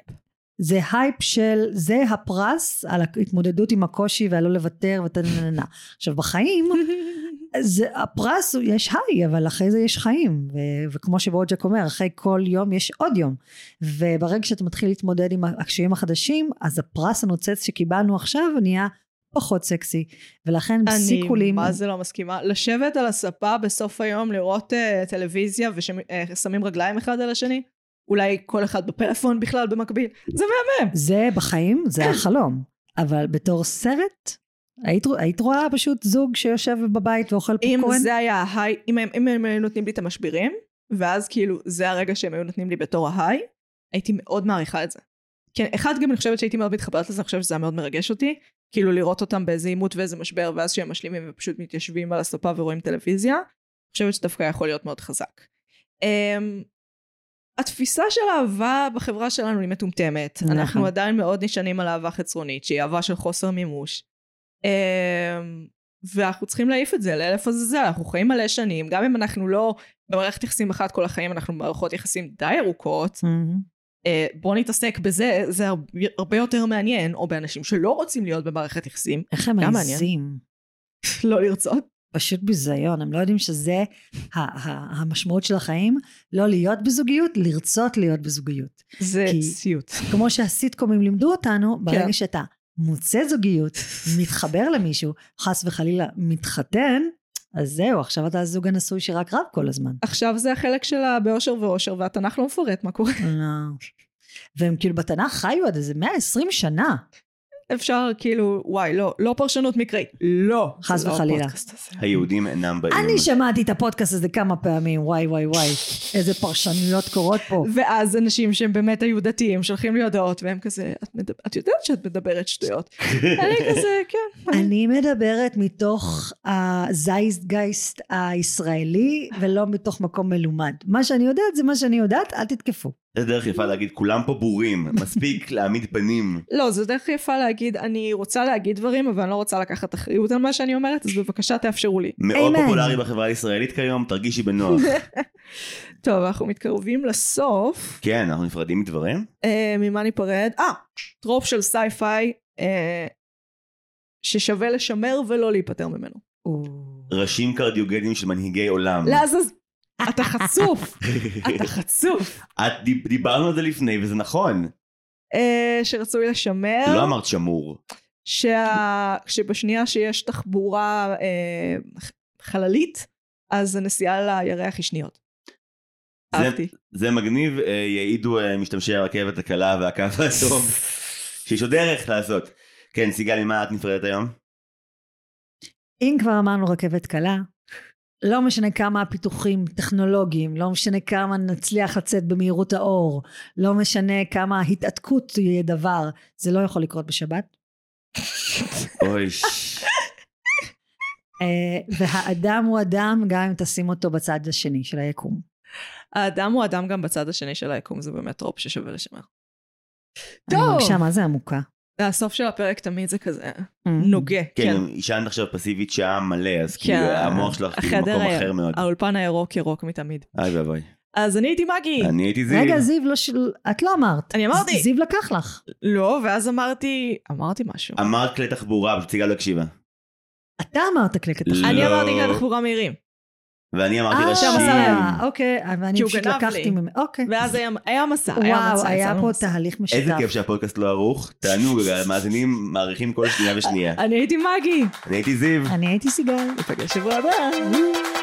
זה הייפ של, זה הפרס על ההתמודדות עם הקושי והלא לוותר וטנננה. עכשיו בחיים, זה, הפרס, הוא- יש היי, אבל אחרי זה יש חיים. ו, וכמו שבוג'ק אומר, אחרי כל יום יש עוד יום. וברגע שאתה מתחיל להתמודד עם הקשיים החדשים, אז הפרס הנוצץ שקיבלנו עכשיו נהיה פחות סקסי. ולכן הפסיקו לי...
אני מה זה לא מסכימה. לשבת על הספה בסוף היום, לראות אה, טלוויזיה ושמים אה, רגליים אחד על השני, אולי כל אחד בפלאפון בכלל במקביל, זה מהמם.
זה בחיים, זה החלום. אבל בתור סרט, היית, רוא- היית רואה פשוט זוג שיושב בבית ואוכל
אם
פופקורן?
זה היה ההיי, אם הם- אם הם היו נותנים לי את המשברים, ואז כאילו זה הרגע שהם היו נותנים לי בתור ההיי, הייתי מאוד מעריכה את זה. כן, אחד גם אני חושבת שהייתי מאוד מתחברת לזה, אני חושבת שזה היה מאוד מרגש אותי, כאילו לראות אותם באיזה עימות ואיזה משבר, ואז שהם משלימים ופשוט מתיישבים על הספה ורואים טלוויזיה, אני חושבת שדווקא יכול להיות מאוד חזק. אמ, התפיסה של אהבה בחברה שלנו היא מטומטמת.
נכון.
אנחנו עדיין מאוד נשענים על אהבה חצרונית, שהיא אהבה של חוסר מימוש. אמ, ואנחנו צריכים להעיף את זה לאלף עזאזל, אנחנו חיים מלא שנים, גם אם אנחנו לא במערכת יחסים אחת כל החיים, אנחנו במערכות יחסים די ארוכות,
מהמם.
אה, בוא נתעסק בזה, זה הרבה- הרבה יותר מעניין, או באנשים שלא רוצים להיות במערכת יחסים,
איך הם
גם
מעיזים?
לא לרצות.
פשוט ביזיון, הם לא יודעים שזה ה- ה- המשמעות של החיים, לא להיות בזוגיות, לרצות להיות בזוגיות.
זה
כי-
סיוט.
כמו שהסיטקומים לימדו אותנו, ברגע
כן.
שאתה מוצא זוגיות, מתחבר למישהו, חס וחלילה מתחתן, אז זהו, עכשיו אתה הזוג הנשוי שרק רב כל הזמן.
עכשיו זה החלק של הבאושר ואושר, והתנ"ך לא מפרט מה קורה.
לא. והם כאילו בתנ"ך חיו עד איזה 120 שנה.
אפשר כאילו, וואי, לא, לא פרשנות מקראית. לא.
חס
זה לא
וחלילה.
הפודקאסט הזה.
היהודים אינם באים.
אני שמעתי את הפודקאסט הזה כמה פעמים, וואי וואי וואי, איזה פרשנויות קורות פה.
ואז אנשים שהם באמת היו דתיים שולחים לי הודעות והם כזה, את, מדבר, את יודעת שאת מדברת שטויות. אני כזה, כן.
אני מדברת מתוך הזייסטגייסט הישראלי, ולא מתוך מקום מלומד. מה שאני יודעת זה מה שאני יודעת, אל תתקפו.
זה דרך יפה להגיד, כולם פה בורים, מספיק להעמיד פנים.
לא, זו דרך יפה להגיד, אני רוצה להגיד דברים, אבל אני לא רוצה לקחת אחריות על מה שאני אומרת, אז בבקשה תאפשרו לי.
מאוד
Amen.
פופולרי בחברה הישראלית כיום, תרגישי בנוח.
טוב, אנחנו מתקרבים לסוף.
כן, אנחנו נפרדים מדברים?
אה, ממה ניפרד? אה, טרופ של סייפיי, אה, ששווה לשמר ולא להיפטר ממנו.
ראשים קרדיוגנים של מנהיגי עולם.
לעזאזל, אתה חצוף, אתה חצוף.
את דיב- דיברנו על זה לפני, וזה נכון.
אה, שרצוי לשמר.
לא אמרת שמור.
שה... שבשנייה שיש תחבורה אה, ח- חללית, אז הנסיעה לירח היא שניות.
זה-
אהבתי.
זה מגניב, אה, יעידו אה, משתמשי הרכבת הקלה והקו האדום, שיש עוד דרך לעשות. כן, סיגל, ממה את נפרדת היום?
אם כבר אמרנו רכבת קלה, לא משנה כמה הפיתוחים טכנולוגיים, לא משנה כמה נצליח לצאת במהירות האור, לא משנה כמה התעתקות יהיה דבר, זה לא יכול לקרות בשבת.
אוי, ש-
אה, והאדם הוא אדם גם אם תשים אותו בצד השני של היקום.
האדם הוא אדם גם בצד השני של היקום, זה באמת טרופ ששווה לשמר.
אני
טוב.
מרגישה מה זה עמוקה.
הסוף של הפרק תמיד זה כזה
Mm-hmm.
נוגה.
כן, עישנת עכשיו פסיבית שעה מלא, אז כאילו
כן.
המוח שלך כאילו
החדר
במקום
היה-
אחר מאוד.
האולפן הירוק ירוק מתמיד.
אוי ואבוי.
אז אני הייתי מגי.
אני הייתי זיו.
רגע, זיו, לא של- את לא אמרת.
אני אמרתי.
זיו לקח לך.
לא, ואז אמרתי, אמרתי משהו.
אמרת כלי תחבורה, פשוט סיגל לא הקשיבה.
אתה אמרת קלקת
לא.
אחת.
אני אמרתי כאן תחבורה מהירים.
ואני אמרתי
אה,
ראשים.
אוקיי, ואני
כי הוא
פשוט
גנב
לקחתי
לי.
ממנו. אוקיי.
ואז היה- היה מסע, היה
וואו,
מצע,
היה
יצאנו
פה
מסע.
תהליך משותף.
איזה כיף שהפודקאסט לא ערוך, תענוג, המאזינים
אה,
מעריכים כל שנייה ושנייה.
אני הייתי מגי.
אני הייתי זיו.
אני הייתי סיגל.
ניפגש שבוע הבא.